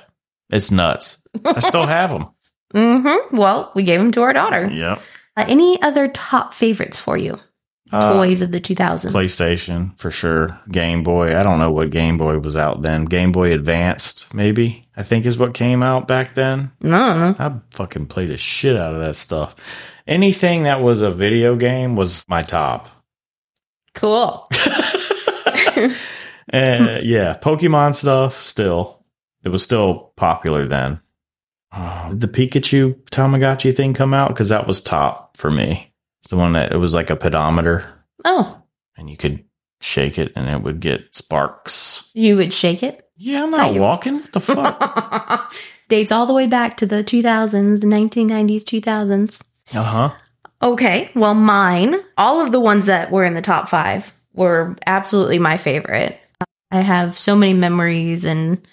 Speaker 1: it's nuts. I still have them.
Speaker 2: Mm-hmm. Well, we gave them to our daughter.
Speaker 1: Yep.
Speaker 2: Uh, any other top favorites for you?
Speaker 1: Uh,
Speaker 2: Toys of the 2000s.
Speaker 1: PlayStation for sure. Game Boy. I don't know what Game Boy was out then. Game Boy Advanced, maybe. I think is what came out back then.
Speaker 2: No,
Speaker 1: I fucking played the shit out of that stuff. Anything that was a video game was my top.
Speaker 2: cool.
Speaker 1: Uh, yeah, Pokemon stuff still. It was still popular then. Uh, did the Pikachu Tamagotchi thing come out because that was top for me. It's the one that it was like a pedometer
Speaker 2: Oh,
Speaker 1: and you could shake it and it would get sparks.
Speaker 2: you would shake it.
Speaker 1: Yeah, I'm
Speaker 2: Thought
Speaker 1: not
Speaker 2: you-
Speaker 1: walking. What the fuck?
Speaker 2: Dates all the way back to the 2000s, the 1990s, 2000s.
Speaker 1: uh huh.
Speaker 2: Okay, well, mine, all of the ones that were in the top five were absolutely my favorite. I have so many memories, and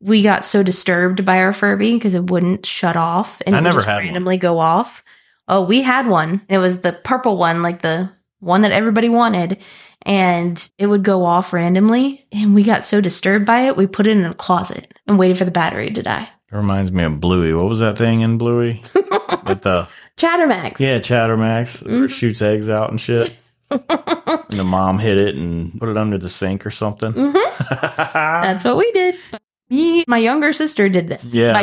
Speaker 2: we got so disturbed by our Furby because it wouldn't shut off and
Speaker 1: I
Speaker 2: it would
Speaker 1: never
Speaker 2: just
Speaker 1: had one.
Speaker 2: randomly go off. Oh, we had one. It was the purple one, like the one that everybody wanted, and it would go off randomly. And we got so disturbed by it, we put it in a closet and waited for the battery to die.
Speaker 1: It reminds me of Bluey. What was that thing in Bluey? With the
Speaker 2: Chattermax.
Speaker 1: yeah, Chattermax
Speaker 2: Mhm.
Speaker 1: shoots eggs out and shit. and the mom hid it and put it under the sink or something.
Speaker 2: hmm That's what we did. Me, my younger sister did this
Speaker 1: Yeah.
Speaker 2: by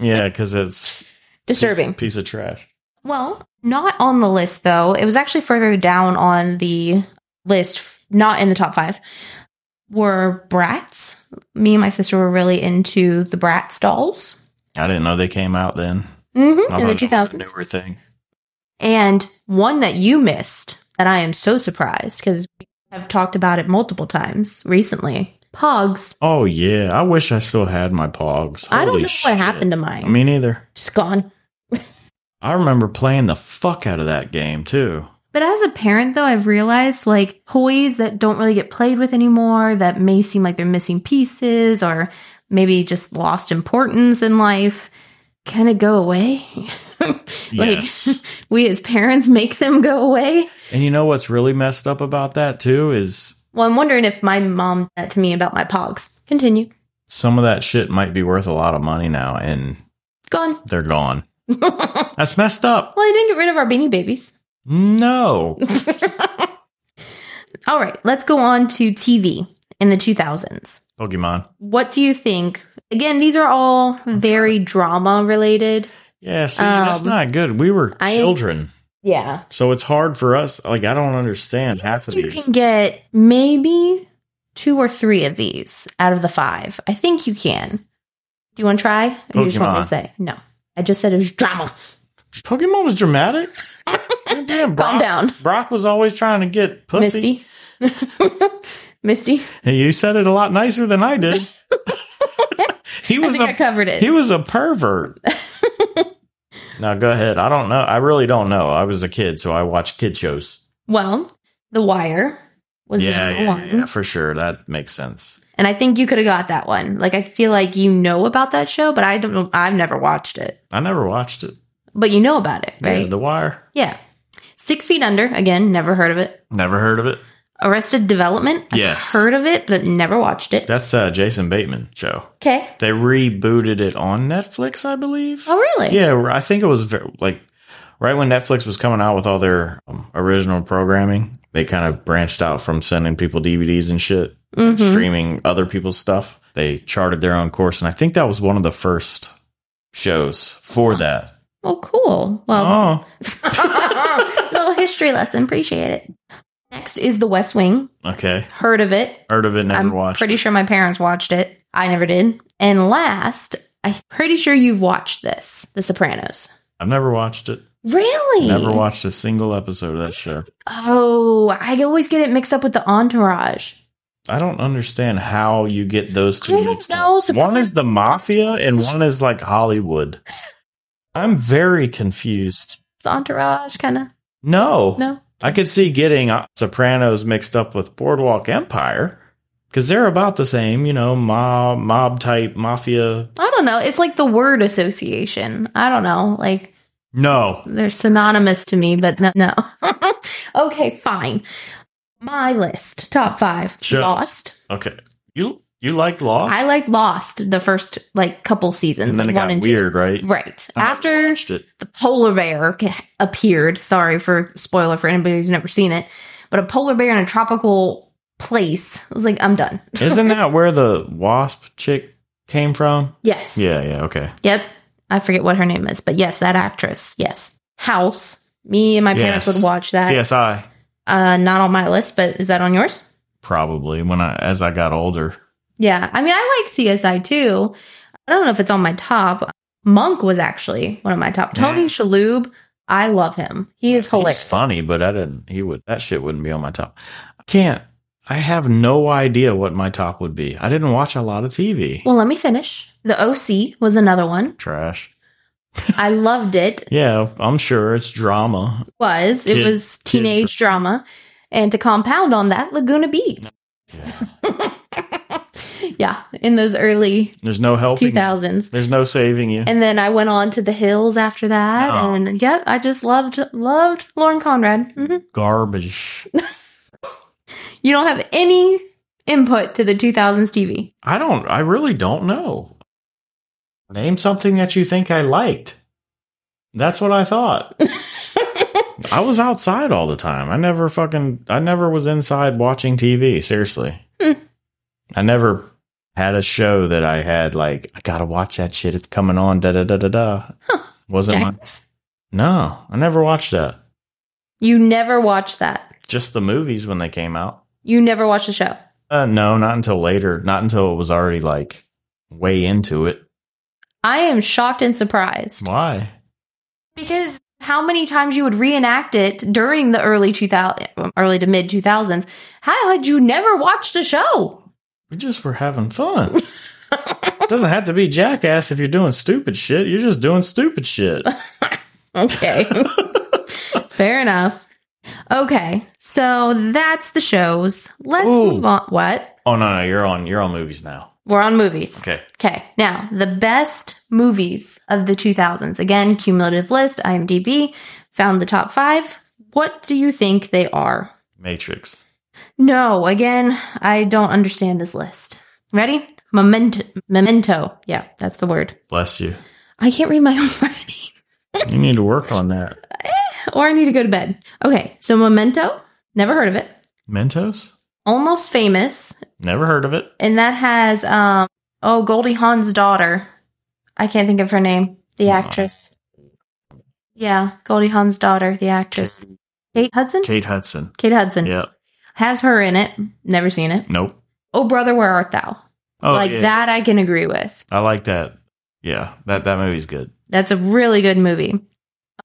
Speaker 1: yeah, because it's
Speaker 2: Disturbing.
Speaker 1: piece, piece of trash.
Speaker 2: Well, not on the list though. It was actually further down on the list, not in the top five, were Bratz. Me and my sister were really into the Bratz dolls
Speaker 1: I didn't know they came out then.
Speaker 2: hmm
Speaker 1: I
Speaker 2: in
Speaker 1: thought
Speaker 2: the
Speaker 1: it was a
Speaker 2: 2000s.
Speaker 1: newer thing.
Speaker 2: And one that you missed that I am so surprised because I've talked about it multiple times recently. Pogs.
Speaker 1: Oh yeah, I wish I still had my pogs.
Speaker 2: I don't
Speaker 1: Holy
Speaker 2: know
Speaker 1: shit.
Speaker 2: what happened to mine.
Speaker 1: Me neither.
Speaker 2: Just gone.
Speaker 1: I remember playing the fuck out of that game too.
Speaker 2: But as a parent, though, I've realized like toys that don't really get played with anymore that may seem like they're missing pieces or maybe just lost importance in life kind of go away. like
Speaker 1: yes.
Speaker 2: we as parents make them go away.
Speaker 1: and you know what's really messed up about that too is
Speaker 2: Well, I'm wondering if my mom did that to me about my pogs. Continue.
Speaker 1: some of that shit might be worth a lot of money now and
Speaker 2: Gone.
Speaker 1: they're gone.
Speaker 2: well,
Speaker 1: That's messed up.
Speaker 2: I didn't get rid of our beanie babies.
Speaker 1: No.
Speaker 2: All right, let's go on to TV in the 2000s.
Speaker 1: Pokemon.
Speaker 2: what do you think? Again, these are all very drama related.
Speaker 1: Yeah, see, that's
Speaker 2: Um,
Speaker 1: not good. We were
Speaker 2: I-
Speaker 1: children.
Speaker 2: Yeah.
Speaker 1: So it's hard for us. Like I don't understand half of
Speaker 2: You
Speaker 1: these.
Speaker 2: can get maybe two or three of these out of the five. I think you can. Do you want to try? Or you just want me
Speaker 1: Pokemon.
Speaker 2: to say? No. I just said it was drama.
Speaker 1: Pokemon was dramatic. Damn, Brock,
Speaker 2: Calm down,
Speaker 1: Brock was always trying to get pussy.
Speaker 2: Misty. Misty.
Speaker 1: Hey, you said it a lot nicer than I did. he
Speaker 2: I
Speaker 1: was
Speaker 2: think I
Speaker 1: a
Speaker 2: covered
Speaker 1: he
Speaker 2: it.
Speaker 1: was a pervert. now go ahead. I don't know. I really don't know. I was a kid, so I watched kid shows.
Speaker 2: Well, The Wire was
Speaker 1: yeah,
Speaker 2: the number
Speaker 1: yeah,
Speaker 2: one.
Speaker 1: yeah, for sure. That makes sense.
Speaker 2: And I think you could have got that one. Like I feel like you know about that show, but I don't I've never watched it.
Speaker 1: I never watched it.
Speaker 2: But you know about it, right?
Speaker 1: Yeah, the Wire.
Speaker 2: Yeah. Six Feet Under, again, never heard of it.
Speaker 1: Never heard of it.
Speaker 2: Arrested Development, I've
Speaker 1: Yes.
Speaker 2: heard of it, but I've never watched it.
Speaker 1: That's uh, Jason Bateman show.
Speaker 2: Okay.
Speaker 1: They rebooted it on Netflix, I believe.
Speaker 2: Oh, really?
Speaker 1: Yeah, I think it was ver like right when Netflix was coming out with all their um, original programming. they kind of branched out from sending people DVDs and shit,
Speaker 2: Mhm.
Speaker 1: streaming other people's stuff. They charted their own course, and I think that was one of the first shows for that.
Speaker 2: Well, cool. Well,
Speaker 1: Oh,
Speaker 2: little history lesson. Appreciate it. Next is The West Wing.
Speaker 1: Oh, okay.
Speaker 2: Heard of it?
Speaker 1: Heard of it? Never
Speaker 2: I'm
Speaker 1: watched.
Speaker 2: pretty sure my parents watched it. I never did. And last, I'm pretty sure you've watched this, The Sopranos.
Speaker 1: I've never watched it.
Speaker 2: Really?
Speaker 1: Never watched a single episode of that show.
Speaker 2: Oh, I always get it mixed up with the Entourage.
Speaker 1: I don't understand how you get those two
Speaker 2: I don't
Speaker 1: mixed
Speaker 2: know.
Speaker 1: up.
Speaker 2: Sopranos-
Speaker 1: One is the mafia, and one is like Hollywood. I'm very confused.
Speaker 2: It's Entourage, kind of.
Speaker 1: No,
Speaker 2: No.
Speaker 1: I could see getting uh, Sopranos mixed up with Boardwalk Empire because they're about the same, you know, mob, mob type mafia.
Speaker 2: I don't know. It's like the word association. I don't know. Like
Speaker 1: No,
Speaker 2: they're synonymous to me, but no. no. okay, fine. My list, top five.
Speaker 1: Sure.
Speaker 2: Lost.
Speaker 1: okay, you you liked Lost,
Speaker 2: I like Lost the first like couple seasons.
Speaker 1: and then it
Speaker 2: like, one
Speaker 1: got
Speaker 2: and two.
Speaker 1: weird, Oh right?
Speaker 2: Right.
Speaker 1: I
Speaker 2: After
Speaker 1: watched it.
Speaker 2: the polar bear ca- appeared, sorry for spoiler for anybody who's never seen it, but a polar bear in a tropical place. I was like, I'm done.
Speaker 1: Isn't that where the wasp chick came from?
Speaker 2: Yes.
Speaker 1: Yeah, yeah, okay.
Speaker 2: Yep. I forget what her name is, but yes, that actress. Yes. House. Me and my parents
Speaker 1: Yes.
Speaker 2: would watch that.
Speaker 1: CSI.
Speaker 2: Uh, not on my list, but is that on yours?
Speaker 1: probably when I as I got older.
Speaker 2: Yeah. I mean, I like CSI too. I don't know if it's on my top. Monk was actually one of my top. Tony
Speaker 1: Yeah.
Speaker 2: Shalhoub. I love him. He is hilarious.
Speaker 1: He's funny, but I didn't. He would that shit wouldn't be on my top. I can't. I have no idea what my top would be. I didn't watch a lot of TV.
Speaker 2: Well, let me finish. The OC was another one.
Speaker 1: Trash.
Speaker 2: I loved it.
Speaker 1: Yeah, I'm sure it's drama.
Speaker 2: Was it
Speaker 1: Kid- kid
Speaker 2: was
Speaker 1: dra-
Speaker 2: teenage drama, and to compound on that, Laguna Beach.
Speaker 1: Yeah.
Speaker 2: yeah, in those early
Speaker 1: There's no helping.
Speaker 2: two
Speaker 1: you.
Speaker 2: thousands.
Speaker 1: There's no saving you.
Speaker 2: And then I went on to the hills after that,
Speaker 1: Oh.
Speaker 2: and yep, I just loved loved Lauren Conrad. hmm
Speaker 1: Garbage.
Speaker 2: You don't have any input to the two thousands TV.
Speaker 1: I don't. I really don't know. Name something that you think I liked. That's what I thought. I was outside all the time. I never fucking I never was inside watching TV, seriously.
Speaker 2: Hmm.
Speaker 1: I never had a show that I had like I got to watch that shit. It's coming on da da da da da. Wasn't my,
Speaker 2: Jax.
Speaker 1: No, I never watched that.
Speaker 2: You never watched that.
Speaker 1: Just the movies when they came out.
Speaker 2: You never watched the show.
Speaker 1: Uh no, not until later. Not until it was already like way into it.
Speaker 2: I am shocked and surprised.
Speaker 1: Why?
Speaker 2: Because how many times you would reenact it during the early 2000 early to mid 2000s? How had you never watched a show?
Speaker 1: We just were having fun. Doesn't have to be jackass if you're doing stupid shit. You're just doing stupid shit.
Speaker 2: Okay. Fair enough. Okay. So that's the shows. Let's
Speaker 1: Ooh.
Speaker 2: move on. What?
Speaker 1: Oh no, no, you're on you're on movies now.
Speaker 2: We're on movies.
Speaker 1: Okay.
Speaker 2: Okay. Now, the best movies of the 2000s. Again, cumulative list, IMDb, found the top five. What do you think they are?
Speaker 1: Matrix.
Speaker 2: No, again, I don't understand this list. Ready? Memento. Memento. Yeah, that's the word.
Speaker 1: Bless you.
Speaker 2: I can't read my own writing,
Speaker 1: You need to work on that.
Speaker 2: or I need to go to bed. Okay, so Memento. Never heard of it.
Speaker 1: Mentos?
Speaker 2: Almost Famous,
Speaker 1: Never heard of it.
Speaker 2: and that has um oh Goldie Hawn's daughter. I can't think of her name. The
Speaker 1: Wow.
Speaker 2: actress. Yeah, Goldie Hawn's daughter, the actress. Kate Hudson.
Speaker 1: Kate Hudson.
Speaker 2: Kate Hudson
Speaker 1: Yep.
Speaker 2: has her in it. Never seen it.
Speaker 1: Nope.
Speaker 2: Oh brother, where art thou?
Speaker 1: Oh
Speaker 2: like
Speaker 1: yeah.
Speaker 2: that, I can agree with.
Speaker 1: I like that. Yeah. That that movie's good.
Speaker 2: That's a really good movie.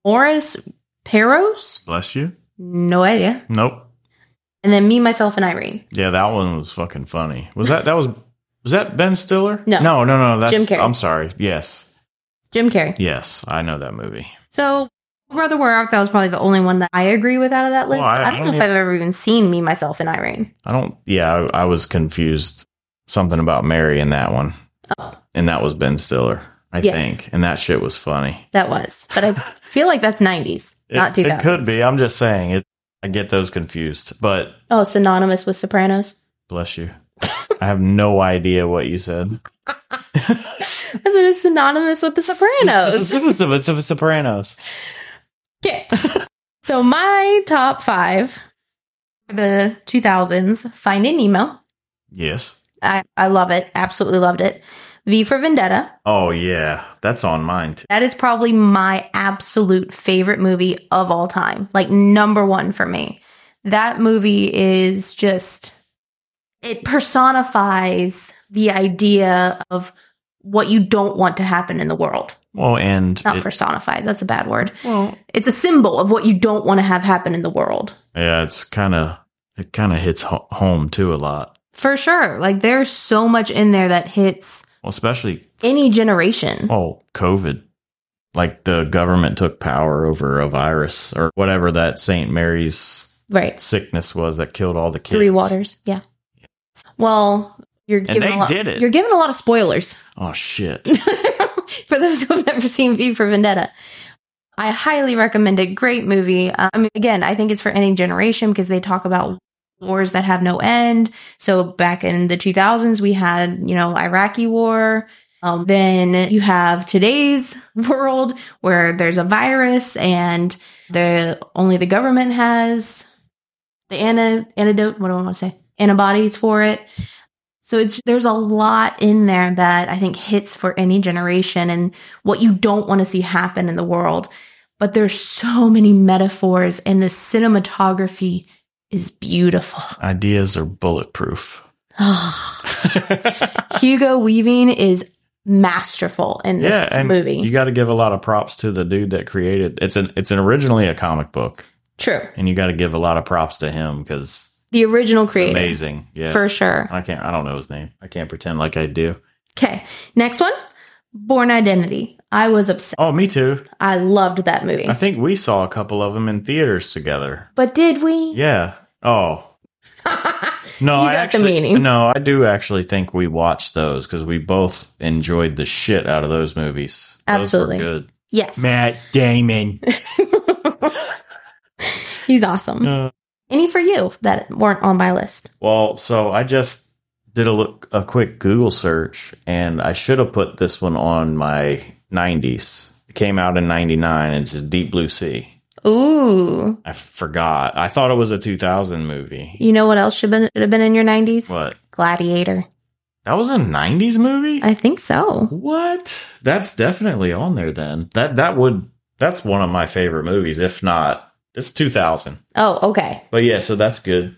Speaker 2: Oris Peros?
Speaker 1: Bless you.
Speaker 2: No idea.
Speaker 1: Nope.
Speaker 2: And then Me, Myself, and Irene.
Speaker 1: Yeah, that one was fucking funny. Was that that was was that Ben Stiller?
Speaker 2: No.
Speaker 1: No, no, no. That's
Speaker 2: Jim Carrey.
Speaker 1: I'm sorry. Yes.
Speaker 2: Jim Carrey.
Speaker 1: Yes. I know that movie.
Speaker 2: So, Brother Where Art Thou was probably the only one that I agree with out of that list.
Speaker 1: Well, I-
Speaker 2: I,
Speaker 1: I
Speaker 2: don't know
Speaker 1: don't
Speaker 2: if I've ever even seen Me, Myself, and Irene.
Speaker 1: I don't. Yeah, I, I was confused. Something about Mary in that one,
Speaker 2: Oh.
Speaker 1: and that was Ben Stiller, I
Speaker 2: Yeah.
Speaker 1: think. And that shit was funny.
Speaker 2: That was. But I feel like that's 90s,
Speaker 1: It,
Speaker 2: not 2000s.
Speaker 1: it could be. I'm just saying. It, I get those confused. But
Speaker 2: Oh, synonymous with Sopranos.
Speaker 1: bless you. I have no idea what you said.
Speaker 2: That's what is synonymous with The Sopranos.
Speaker 1: Sopranos.
Speaker 2: okay. So, my top five the 2000s, Finding Nemo.
Speaker 1: Yes.
Speaker 2: I, I love it. Absolutely loved it. V for Vendetta.
Speaker 1: Oh yeah, that's on mine too.
Speaker 2: That is probably my absolute favorite movie of all time. Like number one for me. That movie is just, it personifies the idea of what you don't want to happen in the world.
Speaker 1: Well, and
Speaker 2: Not
Speaker 1: it-
Speaker 2: personifies, that's a bad word.
Speaker 1: well,
Speaker 2: It's a symbol of what you don't want to have happen in the world.
Speaker 1: yeah, it's kind of it kind of hits ho- home too a lot,
Speaker 2: For sure. Like there's so much in there that hits
Speaker 1: well, especially
Speaker 2: any generation.
Speaker 1: well, COVID. Like the government took power over a virus or whatever that St. Mary's
Speaker 2: right.
Speaker 1: sickness was that killed all the kids.
Speaker 2: Three waters. Yeah. Well, you're giving
Speaker 1: they
Speaker 2: a lot,
Speaker 1: did it.
Speaker 2: You're giving a lot of spoilers
Speaker 1: Oh shit.
Speaker 2: for those who have never seen V for Vendetta. I highly recommend it. Great movie. Uh, I mean, again, I think it's for any generation because they talk about wars that have no end. So back in the 2000s, we had, you know, Iraqi war. Um, then you have today's world where there's a virus and the only the government has the ana- antidote. What do I want to say? Antibodies for it. So it's there's a lot in there that I think hits for any generation and what you don't want to see happen in the world. But there's so many metaphors and the cinematography is beautiful.
Speaker 1: Ideas are bulletproof.
Speaker 2: Hugo Weaving is masterful in this
Speaker 1: yeah, and
Speaker 2: movie.
Speaker 1: you got to give a lot of props to the dude that created it's an it's an originally a comic book,
Speaker 2: True.
Speaker 1: and you got to give a lot of props to him because
Speaker 2: The original
Speaker 1: it's
Speaker 2: creator.
Speaker 1: amazing. Yeah,
Speaker 2: For sure.
Speaker 1: I can't. I don't know his name. I can't pretend like I do.
Speaker 2: Okay. Next one Born Identity. I was upset.
Speaker 1: Oh, me too.
Speaker 2: I loved that movie.
Speaker 1: I think we saw a couple of them in theaters together.
Speaker 2: But did we?
Speaker 1: Yeah. Oh. No,
Speaker 2: You
Speaker 1: I
Speaker 2: got the
Speaker 1: actually,
Speaker 2: meaning.
Speaker 1: No, I do actually think we watched those because we both enjoyed the shit out of those movies. Those were
Speaker 2: Absolutely.
Speaker 1: good.
Speaker 2: Yes.
Speaker 1: Matt Damon.
Speaker 2: He's awesome.
Speaker 1: Uh,
Speaker 2: Any for you that weren't on my list?
Speaker 1: Well, so I just did a look a quick Google search, and I should have put this one on my '90s. It came out in '99. It's Deep Blue Sea.
Speaker 2: Ooh.
Speaker 1: I forgot. I thought it was a 2000 movie.
Speaker 2: You know what else should, been, should have been in your 90s?
Speaker 1: What?
Speaker 2: Gladiator.
Speaker 1: That was a '90s movie.
Speaker 2: I think so.
Speaker 1: what? That's definitely on there. Then that that would that's one of my favorite movies. If not, it's 2000.
Speaker 2: Oh, okay.
Speaker 1: But yeah, so that's good.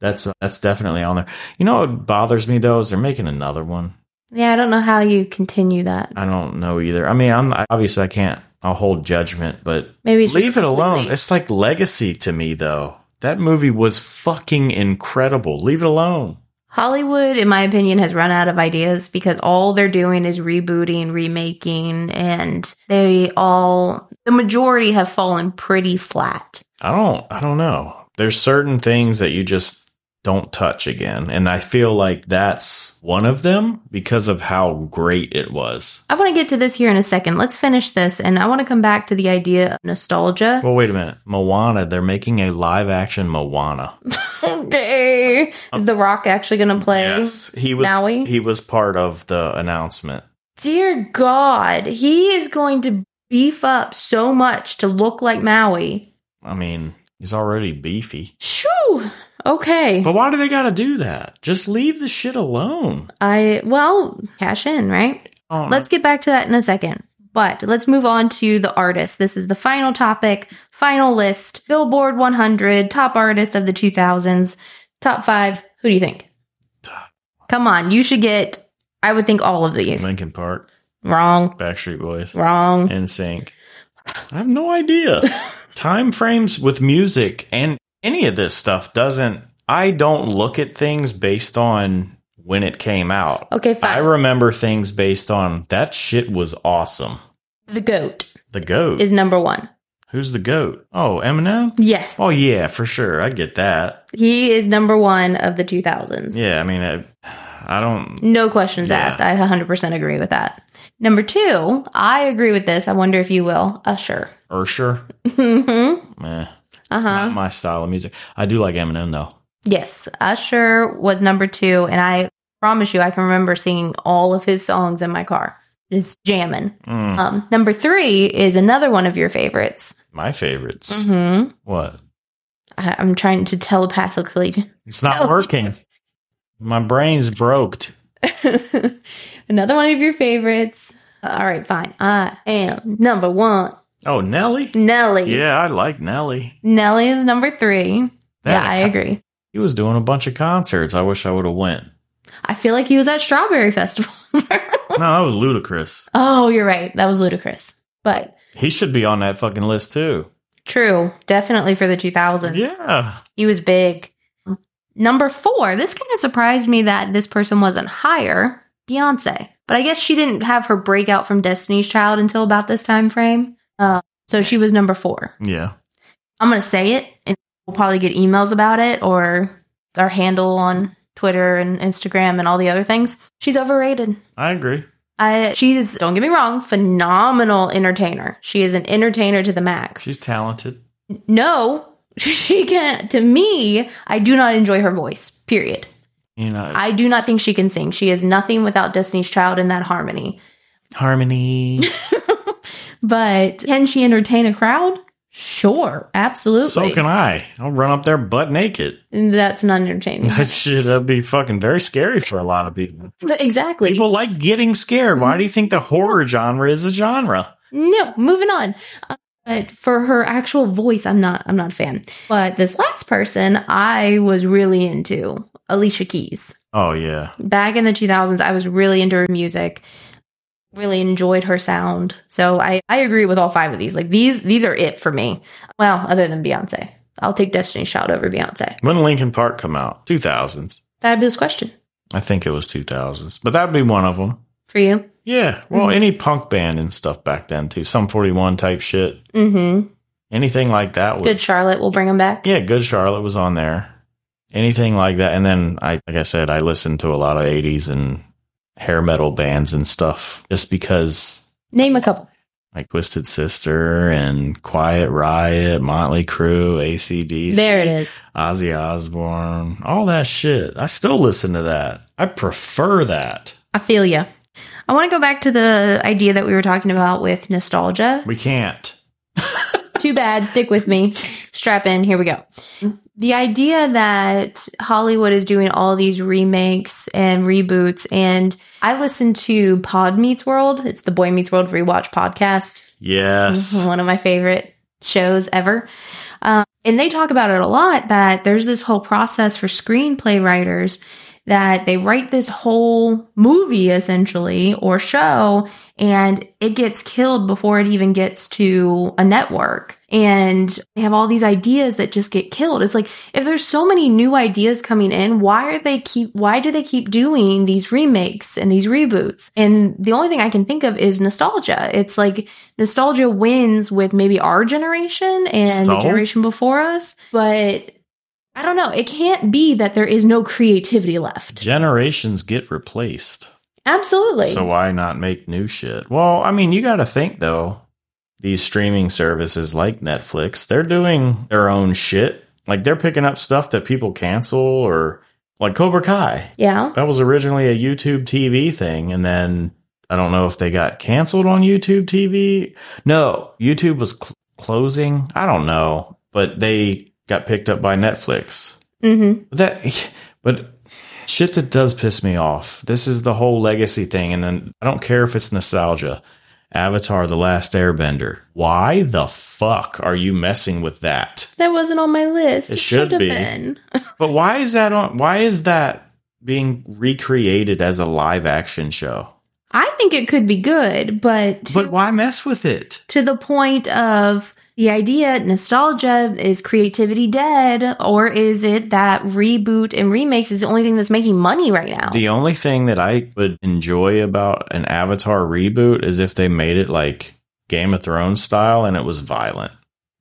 Speaker 1: That's uh, that's definitely on there. You know what bothers me though is they're making another one.
Speaker 2: Yeah, I don't know how you continue that.
Speaker 1: I don't know either. I mean, I'm obviously I can't. I'll hold judgment, but
Speaker 2: Maybe it's
Speaker 1: leave it alone.
Speaker 2: completely-
Speaker 1: It's like legacy to me, though. That movie was fucking incredible. Leave it alone.
Speaker 2: Hollywood, in my opinion, has run out of ideas because all they're doing is rebooting, remaking, and they all, the majority have fallen pretty flat.
Speaker 1: I don't. I don't know. There's certain things that you just don't touch again, and I feel like that's one of them because of how great it was.
Speaker 2: I want to get to this here in a second. Let's finish this, and I want to come back to the idea of nostalgia.
Speaker 1: Well, wait a minute, Moana. They're making a live action Moana.
Speaker 2: Okay. Is The Rock actually going to play?
Speaker 1: Yes, he was.
Speaker 2: Maui?
Speaker 1: He was part of the announcement.
Speaker 2: Dear God, he is going to beef up so much to look like Maui.
Speaker 1: I mean, he's already beefy.
Speaker 2: Shoo. Okay.
Speaker 1: But why do they got to do that? Just leave the shit alone.
Speaker 2: I, well, cash in, right?
Speaker 1: Oh,
Speaker 2: Let's get back to that in a second. But let's move on to the artist. This is the final topic, final list Billboard 100, top artist of the 2000s, top five. Who do you think? Come on, you should get, I would think all of these.
Speaker 1: Lincoln Park,
Speaker 2: Wrong,
Speaker 1: Backstreet Boys,
Speaker 2: wrong.
Speaker 1: and Sync. I have no idea. Time frames with music and any of this stuff doesn't. I don't look at things based on when it came out.
Speaker 2: Okay,
Speaker 1: I
Speaker 2: fine.
Speaker 1: remember things based on that shit was awesome.
Speaker 2: the GOAT
Speaker 1: The goat.
Speaker 2: is number one.
Speaker 1: Who's the goat? Oh, Eminem.
Speaker 2: Yes.
Speaker 1: Oh yeah, for sure. I get that.
Speaker 2: He is number one of the 2000s.
Speaker 1: Yeah, I mean, I, I don't.
Speaker 2: No questions
Speaker 1: Yeah.
Speaker 2: asked. I 100% agree with that. Number two, I agree with this. I wonder if you will. Usher.
Speaker 1: Ursher.
Speaker 2: Mm-hmm.
Speaker 1: Eh.
Speaker 2: Uh huh.
Speaker 1: not my style of music. I do like Eminem though.
Speaker 2: Yes, Usher was number two, and I promise you, I can remember singing all of his songs in my car, just jamming.
Speaker 1: Mm,
Speaker 2: Um, number three is another one of your favorites.
Speaker 1: my favorites.
Speaker 2: Mm-hmm.
Speaker 1: What?
Speaker 2: I, I'm trying to telepathically.
Speaker 1: It's not working. My brain's broke.
Speaker 2: Another one of your favorites. Uh, All right, fine. I am number one,
Speaker 1: Oh, Nelly?
Speaker 2: Nelly.
Speaker 1: Yeah, I like Nelly.
Speaker 2: Nelly is number three. yeah, I agree.
Speaker 1: He was doing a bunch of concerts. I wish I would have went.
Speaker 2: I feel like he was at Strawberry Festival.
Speaker 1: No, that was ludicrous.
Speaker 2: oh, you're right. That was ludicrous. But
Speaker 1: He should be on that fucking list too.
Speaker 2: true. Definitely for the 2000s.
Speaker 1: Yeah.
Speaker 2: He was big. Number four, this kind of surprised me that this person wasn't higher, Beyonce. But I guess she didn't have her breakout from Destiny's Child until about this time frame. Uh, so she was number four.
Speaker 1: Yeah.
Speaker 2: I'm going to say it, and we'll probably get emails about it or our handle on Twitter and Instagram and all the other things. She's overrated.
Speaker 1: I agree.
Speaker 2: I, she's, don't get me wrong, phenomenal entertainer. She is an entertainer to the max
Speaker 1: She's talented.
Speaker 2: no she can to me i do not enjoy her voice period
Speaker 1: You know,
Speaker 2: i do not think she can sing she is nothing without destiny's child in that harmony
Speaker 1: harmony.
Speaker 2: but can she entertain a crowd sure absolutely
Speaker 1: so can I. I'll run up there butt naked.
Speaker 2: that's not entertaining
Speaker 1: That shit that'd be fucking very scary for a lot of people.
Speaker 2: exactly
Speaker 1: People like getting scared. Why do you think the horror genre is a genre?
Speaker 2: no moving on Uh, but for her actual voice i'm not i'm not a fan but this last person i was really into alicia keys
Speaker 1: Oh yeah.
Speaker 2: back in the 2000s i was really into her music really enjoyed her sound so i i agree with all five of these like these these are it for me well other than beyonce i'll take destiny's child over beyonce
Speaker 1: When Lincoln Park come out? Two thousands.
Speaker 2: fabulous question
Speaker 1: I think it was two thousands. But that'd be one of Mm-hmm. them.
Speaker 2: for you
Speaker 1: Yeah. Well, any punk band and stuff back then too. Some forty one type shit.
Speaker 2: mm-hmm
Speaker 1: Anything like that was
Speaker 2: good charlotte we'll bring them back
Speaker 1: Yeah, Good Charlotte was on there. Anything like that. And then I like I said, I listened to a lot of eighties and hair metal bands and stuff just because
Speaker 2: name a couple
Speaker 1: like Twisted Sister and Quiet Riot, Motley Crue, ACDC,
Speaker 2: there it is
Speaker 1: Ozzy Osbourne, all that shit. I still listen to that. I prefer that.
Speaker 2: i feel you i want to go back to the idea that we were talking about with nostalgia
Speaker 1: We can't.
Speaker 2: Too bad. Stick with me. Strap in. Here we go. The idea that Hollywood is doing all these remakes and reboots, and I listened to Pod Meets World. It's the Boy Meets World rewatch podcast, Mm-hmm.
Speaker 1: Yes.
Speaker 2: one of my favorite shows ever. Um, and they talk about it a lot that there's this whole process for screenplay writers that they write this whole movie essentially or show and it gets killed before it even gets to a network. And they have all these ideas that just get killed. It's like if there's so many new ideas coming in, why are they keep why do they keep doing these remakes and these reboots? And the only thing I can think of is nostalgia. It's like nostalgia wins with maybe our generation and
Speaker 1: So?
Speaker 2: the generation before us, but I don't know. It can't be that there is no creativity left.
Speaker 1: Generations get replaced.
Speaker 2: Absolutely.
Speaker 1: So why not make new shit? Well, I mean, you got to think though. These streaming services like Netflix, they're doing their own shit. Like they're picking up stuff that people cancel or like Cobra Kai.
Speaker 2: yeah.
Speaker 1: That was originally a YouTube TV thing and then I don't know if they got canceled on YouTube TV. No, YouTube was cl- closing. I don't know, but they got picked up by Netflix.
Speaker 2: hmm
Speaker 1: But that but shit that does piss me off this is the whole legacy thing and then i don't care if it's nostalgia avatar the last airbender why the fuck are you messing with that
Speaker 2: That wasn't on my list.
Speaker 1: It should
Speaker 2: should've
Speaker 1: be. but why is that on why is that being recreated as a live action show
Speaker 2: I think it could be good, but to,
Speaker 1: but why mess with it
Speaker 2: to the point of the idea, nostalgia is creativity dead, or is it that reboot and remakes is the only thing that's making money right now?
Speaker 1: the only thing that i would enjoy about an avatar reboot is if they made it like game of thrones style and it was violent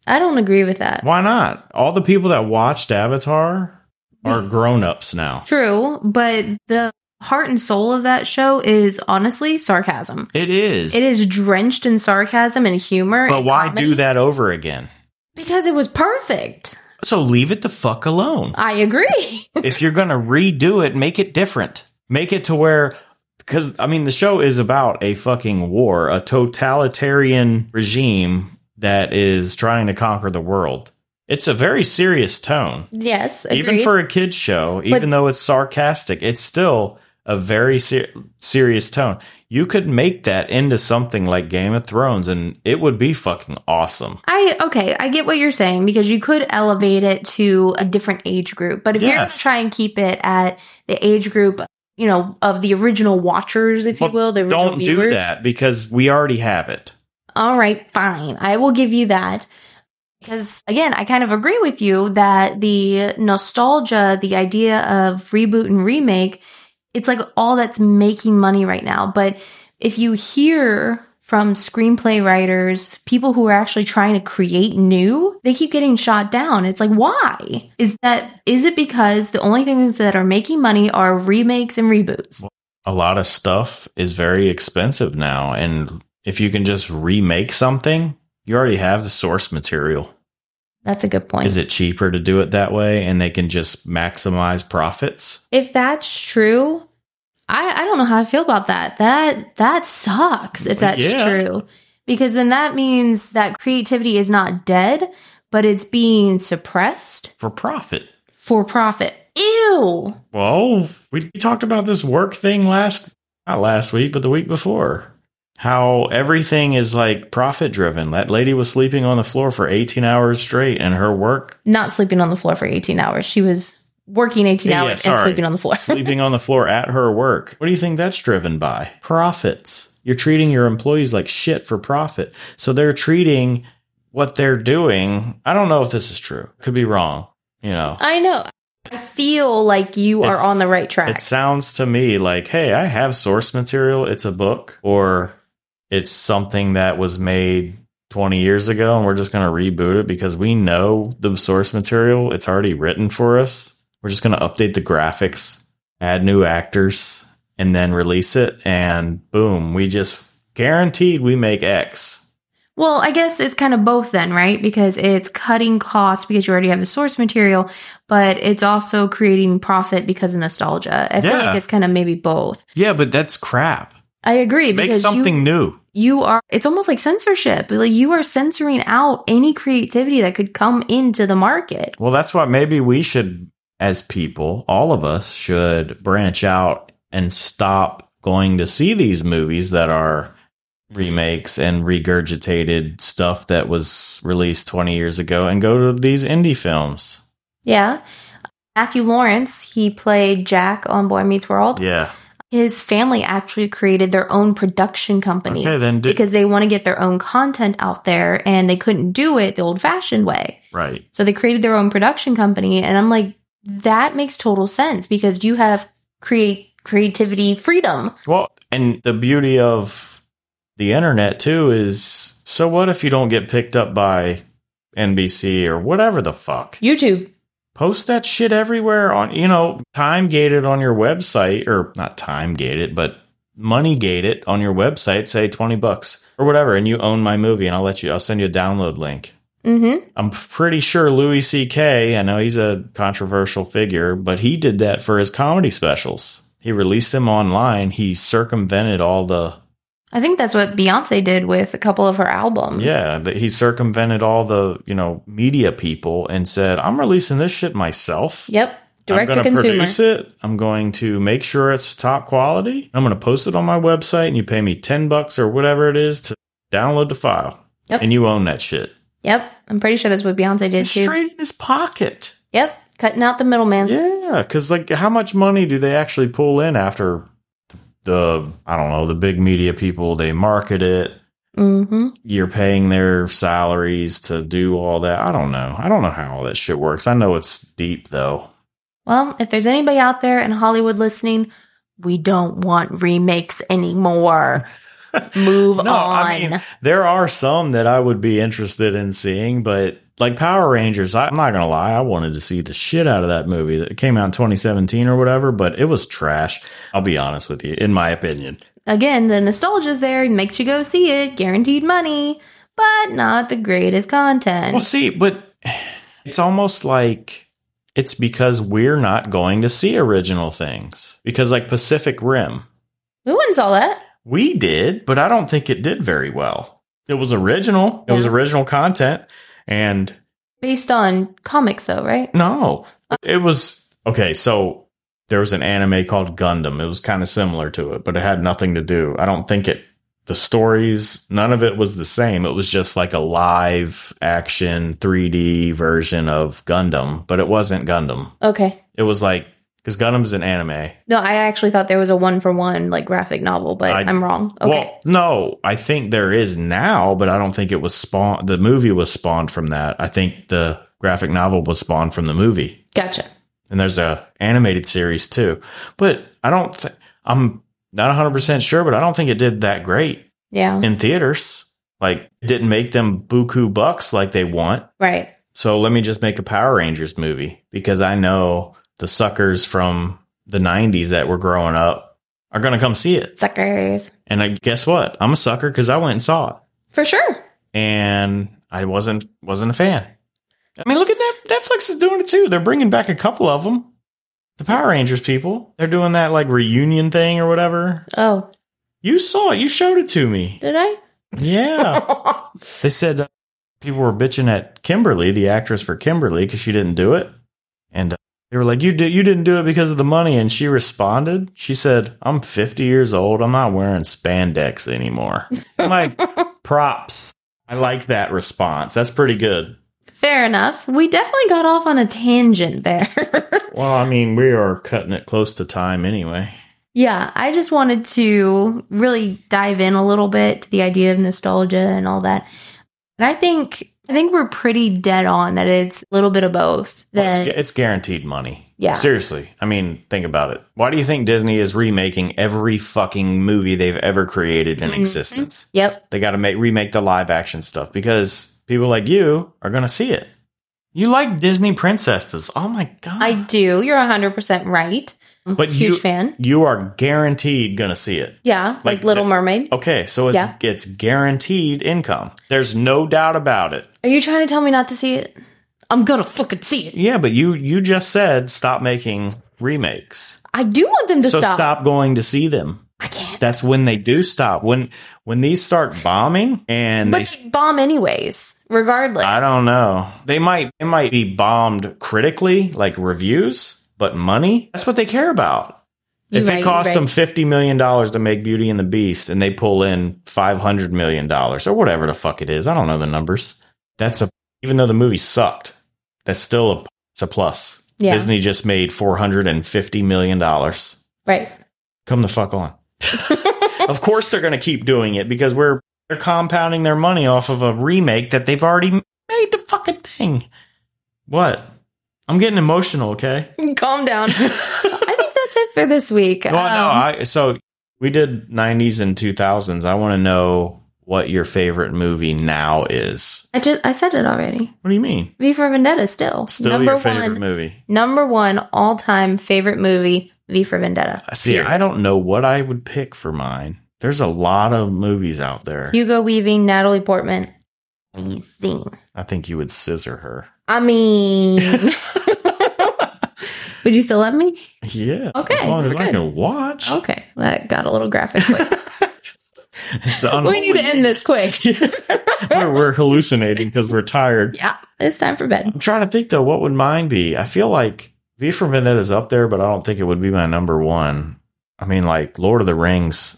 Speaker 2: I don't agree with that.
Speaker 1: Why not? All the people that watched Avatar are grown ups now.
Speaker 2: True, but the heart and soul of that show is honestly sarcasm.
Speaker 1: It is.
Speaker 2: It is drenched in sarcasm and humor.
Speaker 1: but
Speaker 2: and
Speaker 1: why
Speaker 2: comedy
Speaker 1: do that over again?
Speaker 2: Because it was perfect.
Speaker 1: So leave it the fuck alone.
Speaker 2: I agree.
Speaker 1: if you're going to redo it, make it different. Make it to where, because I mean, the show is about a fucking war, a totalitarian regime that is trying to conquer the world. It's a very serious tone.
Speaker 2: Yes,
Speaker 1: Even
Speaker 2: agreed.
Speaker 1: for a kids show, even though it's sarcastic, it's still a very ser- serious tone. You could make that into something like Game of Thrones and it would be fucking awesome.
Speaker 2: I okay, I get what you're saying because you could elevate it to a different age group, but if you're going to
Speaker 1: Yes.
Speaker 2: try and keep it at the age group, you know, of the original watchers, if
Speaker 1: But
Speaker 2: you will, the original
Speaker 1: Don't
Speaker 2: viewers.
Speaker 1: do that because we already have it.
Speaker 2: All right, fine, I will give you that. Because again, I kind of agree with you that the nostalgia, the idea of reboot and remake, it's like all that's making money right now. But if you hear from screenplay writers, people who are actually trying to create new, they keep getting shot down. It's like, why? Is that is it because the only things that are making money are remakes and reboots?
Speaker 1: a lot of stuff is very expensive now and if you can just remake something you already have the source material
Speaker 2: That's a good point.
Speaker 1: is it cheaper to do it that way and they can just maximize profits
Speaker 2: if that's true, I, I don't know how I feel about that. That that sucks if that's
Speaker 1: Yeah.
Speaker 2: true. Because then that means that creativity is not dead, but it's being suppressed
Speaker 1: for profit
Speaker 2: for profit. Ew.
Speaker 1: well we talked about this work thing last not last week but the week before how everything is like profit driven that lady was sleeping on the floor for 18 hours straight and her work
Speaker 2: Not sleeping on the floor for 18 hours. She was working 18
Speaker 1: Yeah,
Speaker 2: hours and
Speaker 1: sorry.
Speaker 2: sleeping on the floor.
Speaker 1: sleeping on the floor at her work. What do you think that's driven by? Profits. You're treating your employees like shit for profit. So they're treating what they're doing. I don't know if this is true. Could be wrong. You know,
Speaker 2: I know. I feel like you
Speaker 1: It's-
Speaker 2: are on the right track.
Speaker 1: it sounds to me like, hey, I have source material. It's a book or it's something that was made 20 years ago and we're just going to reboot it because we know the source material. It's already written for us. We're just going to update the graphics, add new actors, and then release it. And boom, we just guaranteed we make X.
Speaker 2: Well, I guess it's kind of both then, right? Because it's cutting costs because you already have the source material, but it's also creating profit because of nostalgia. I feel
Speaker 1: Yeah.
Speaker 2: like it's kind of maybe both.
Speaker 1: Yeah, but that's crap.
Speaker 2: I agree
Speaker 1: Make
Speaker 2: because
Speaker 1: something
Speaker 2: you,
Speaker 1: new.
Speaker 2: you are it's almost like censorship. Like you are censoring out any creativity that could come into the market.
Speaker 1: Well, that's what maybe we should, as people, all of us should branch out and stop going to see these movies that are remakes and regurgitated stuff that was released 20 years ago and go to these indie films.
Speaker 2: Yeah. Matthew Lawrence, he played Jack on Boy Meets World.
Speaker 1: Yeah.
Speaker 2: His family actually created their own production company.
Speaker 1: Okay, then do
Speaker 2: because they want to get their own content out there and they couldn't do it the old fashioned way.
Speaker 1: right.
Speaker 2: So they created their own production company and I'm like that makes total sense because you have create creativity freedom.
Speaker 1: Well, and the beauty of the internet too is so what if you don't get picked up by NBC or whatever the fuck?
Speaker 2: YouTube.
Speaker 1: post that shit everywhere on you know time gate it on your website or not time gate it but money gate it on your website say 20 bucks or whatever and you own my movie and i'll let you i'll send you a download link
Speaker 2: Mhm.
Speaker 1: i'm pretty sure louis ck i know he's a controversial figure but he did that for his comedy specials he released them online he circumvented all the
Speaker 2: I think that's what Beyonce did with a couple of her albums.
Speaker 1: Yeah, that he circumvented all the you know media people and said, "I'm releasing this shit myself.
Speaker 2: Yep. Direct
Speaker 1: I'm going
Speaker 2: to
Speaker 1: to
Speaker 2: consumer.
Speaker 1: produce it. I'm going to make sure it's top quality. I'm going to post it on my website, and you pay me ten bucks or whatever it is to download the file,
Speaker 2: Yep.
Speaker 1: and you own that shit.
Speaker 2: Yep. I'm pretty sure that's what Beyonce did
Speaker 1: It's
Speaker 2: too.
Speaker 1: straight in his pocket.
Speaker 2: Yep. Cutting out the middleman.
Speaker 1: Yeah, because like, how much money do they actually pull in after the I don't know the big media people? They market it.
Speaker 2: Mhm.
Speaker 1: you're paying their salaries to do all that. I don't know. I don't know how all that shit works. I know it's deep though.
Speaker 2: Well, if there's anybody out there in Hollywood listening, we don't want remakes anymore. Move
Speaker 1: No,
Speaker 2: on.
Speaker 1: I mean there are some that I would be interested in seeing, but like Power Rangers, I, I'm not gonna lie, I wanted to see the shit out of that movie that came out in 2017 or whatever, but it was trash. I'll be honest with you, in my opinion.
Speaker 2: Again, the nostalgia's there, makes you go see it, guaranteed money, but not the greatest content.
Speaker 1: Well, see, but it's almost like it's because we're not going to see original things. Because like Pacific Rim,
Speaker 2: Who wins all that?
Speaker 1: We did, but I don't think it did very well. It was original. It was
Speaker 2: Yeah.
Speaker 1: original content. And
Speaker 2: based on comics, though, right?
Speaker 1: No, it was okay. So there was an anime called Gundam. It was kind of similar to it, but it had nothing to do. I don't think it. The stories, none of it was the same. It was just like a live action 3D version of Gundam, but it wasn't Gundam.
Speaker 2: Okay.
Speaker 1: It was like because Gundam's an anime.
Speaker 2: No, I actually thought there was a one for one like graphic novel, but
Speaker 1: I-
Speaker 2: I, am wrong. Okay.
Speaker 1: Well, no, I think there is now, but I don't think it was spawned. The movie was spawned from that. I think the graphic novel was spawned from the movie,
Speaker 2: gotcha.
Speaker 1: and there's a animated series too. But I don't. Th- I'm not 100 percent sure, but I don't think it did that great
Speaker 2: Yeah.
Speaker 1: in theaters. Like, it didn't make them buku bucks like they want.
Speaker 2: right.
Speaker 1: So let me just make a Power Rangers movie because I know the suckers from the 90s that were growing up are going to come see it.
Speaker 2: Suckers.
Speaker 1: And I, guess what? I'm a sucker because I went and saw it,
Speaker 2: For sure.
Speaker 1: and I wasn't wasn't a fan. I mean, look at that. Netflix is doing it too. They're bringing back a couple of them. The Power Rangers people. They're doing that like reunion thing or whatever.
Speaker 2: Oh,
Speaker 1: You saw it. You showed it to me.
Speaker 2: did I?
Speaker 1: Yeah. they said uh, people were bitching at Kimberly, the actress for Kimberly, because she didn't do it, and uh, they were like, "You did. You didn't do it because of the money." And she responded, "She said, I'm 50 years old. I'm not wearing spandex anymore." I'm like, props. I like that response. That's pretty good.
Speaker 2: Fair enough. We definitely got off on a tangent there.
Speaker 1: Well, I mean, we are cutting it close to time anyway.
Speaker 2: yeah, I just wanted to really dive in a little bit to the idea of nostalgia and all that. And I think I think we're pretty dead on that it's a little bit of both.
Speaker 1: Well,
Speaker 2: That
Speaker 1: it's, it's guaranteed money.
Speaker 2: Yeah.
Speaker 1: Seriously. I mean, think about it. Why do you think Disney is remaking every fucking movie they've ever created in
Speaker 2: Mhm.
Speaker 1: existence?
Speaker 2: Yep.
Speaker 1: They got to make remake the live action stuff because people like you are going to see it. You like Disney princesses. Oh my god.
Speaker 2: I do. You're 100% right. I'm
Speaker 1: But
Speaker 2: a huge
Speaker 1: you-
Speaker 2: fan.
Speaker 1: you are guaranteed going to see it.
Speaker 2: Yeah, like,
Speaker 1: Like Oh.
Speaker 2: Little
Speaker 1: the-
Speaker 2: Mermaid.
Speaker 1: Okay, so it's it's guaranteed income. There's no doubt about it.
Speaker 2: Are you trying to tell me not to see it? I'm going to fucking see it.
Speaker 1: Yeah, but you you just said stop making remakes.
Speaker 2: I do want them to
Speaker 1: so stop.
Speaker 2: stop.
Speaker 1: going to see them.
Speaker 2: I can't.
Speaker 1: That's when they do stop. When when these start bombing and
Speaker 2: But
Speaker 1: they
Speaker 2: they bomb anyways, regardless.
Speaker 1: I don't know. They might they might be bombed critically like reviews, but money, that's what they care about.
Speaker 2: You're
Speaker 1: if
Speaker 2: right,
Speaker 1: it
Speaker 2: you're
Speaker 1: costs
Speaker 2: right.
Speaker 1: them 50 million dollars to make Beauty and the Beast and they pull in 500 million dollars or whatever the fuck it is, I don't know the numbers. That's a even though the movie sucked, that's still a it's a plus.
Speaker 2: Yeah.
Speaker 1: Disney just made 450 million dollars.
Speaker 2: Right.
Speaker 1: come the fuck on. of course they're going to keep doing it because we're they're compounding their money off of a remake that they've already made the fucking thing. What? I'm getting emotional, okay?
Speaker 2: Calm down.
Speaker 1: no,
Speaker 2: I think that's it for this week.
Speaker 1: no,
Speaker 2: Um,
Speaker 1: I so we did 90s and 2000s. I want to know what your favorite movie now is.
Speaker 2: I just I said it already.
Speaker 1: What do you mean?
Speaker 2: V for Vendetta still.
Speaker 1: Still
Speaker 2: number
Speaker 1: your favorite
Speaker 2: one
Speaker 1: movie.
Speaker 2: number one all time favorite movie, V for Vendetta.
Speaker 1: I See, I don't know what I would pick for mine. There's a lot of movies out there.
Speaker 2: Hugo Weaving, Natalie Portman. Amazing.
Speaker 1: I think you would scissor her.
Speaker 2: I mean Would you still love me?
Speaker 1: Yeah.
Speaker 2: Okay, Oh,
Speaker 1: As long as
Speaker 2: we're
Speaker 1: I
Speaker 2: good.
Speaker 1: can watch.
Speaker 2: Okay. That got a little graphic quick.
Speaker 1: It's un-
Speaker 2: we need to end this quick.
Speaker 1: we're, we're hallucinating because we're tired.
Speaker 2: yeah. It's time for bed.
Speaker 1: I'm trying to think though, what would mine be? I feel like V for Vendetta is up there, but I don't think it would be my number one. I mean, like Lord of the Rings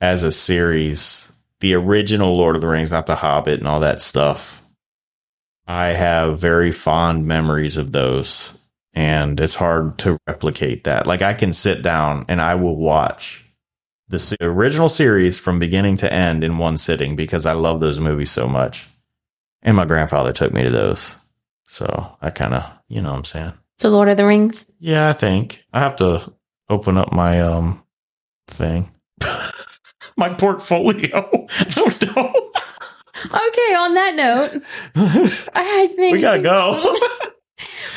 Speaker 1: as a series, the original Lord of the Rings, not the Hobbit and all that stuff. I have very fond memories of those, and it's hard to replicate that. Like, I can sit down and I will watch the se- original series from beginning to end in one sitting because I love those movies so much. And my grandfather took me to those. So I kind of, you know what I'm saying?
Speaker 2: So Lord of the Rings.
Speaker 1: Yeah, I think I have to open up my um thing. my portfolio. I don't know.
Speaker 2: Okay, on that note, I think
Speaker 1: we got to go.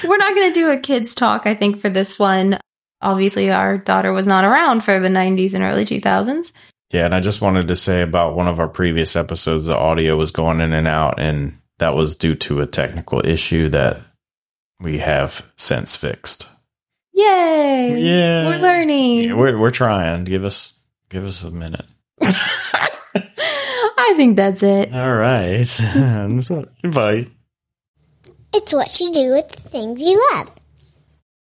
Speaker 2: We're not going to do a kids talk, I think, for this one. Obviously, our daughter was not around for the 90s and early 2000s.
Speaker 1: yeah, and I just wanted to say about one of our previous episodes, the audio was going in and out, and that was due to a technical issue that we have since fixed.
Speaker 2: Yay!
Speaker 1: Yeah.
Speaker 2: We're learning.
Speaker 1: Yeah, we're we're trying. Give us give us a minute.
Speaker 2: I think that's it.
Speaker 1: All right. Bye.
Speaker 3: It's what you do with the things you love.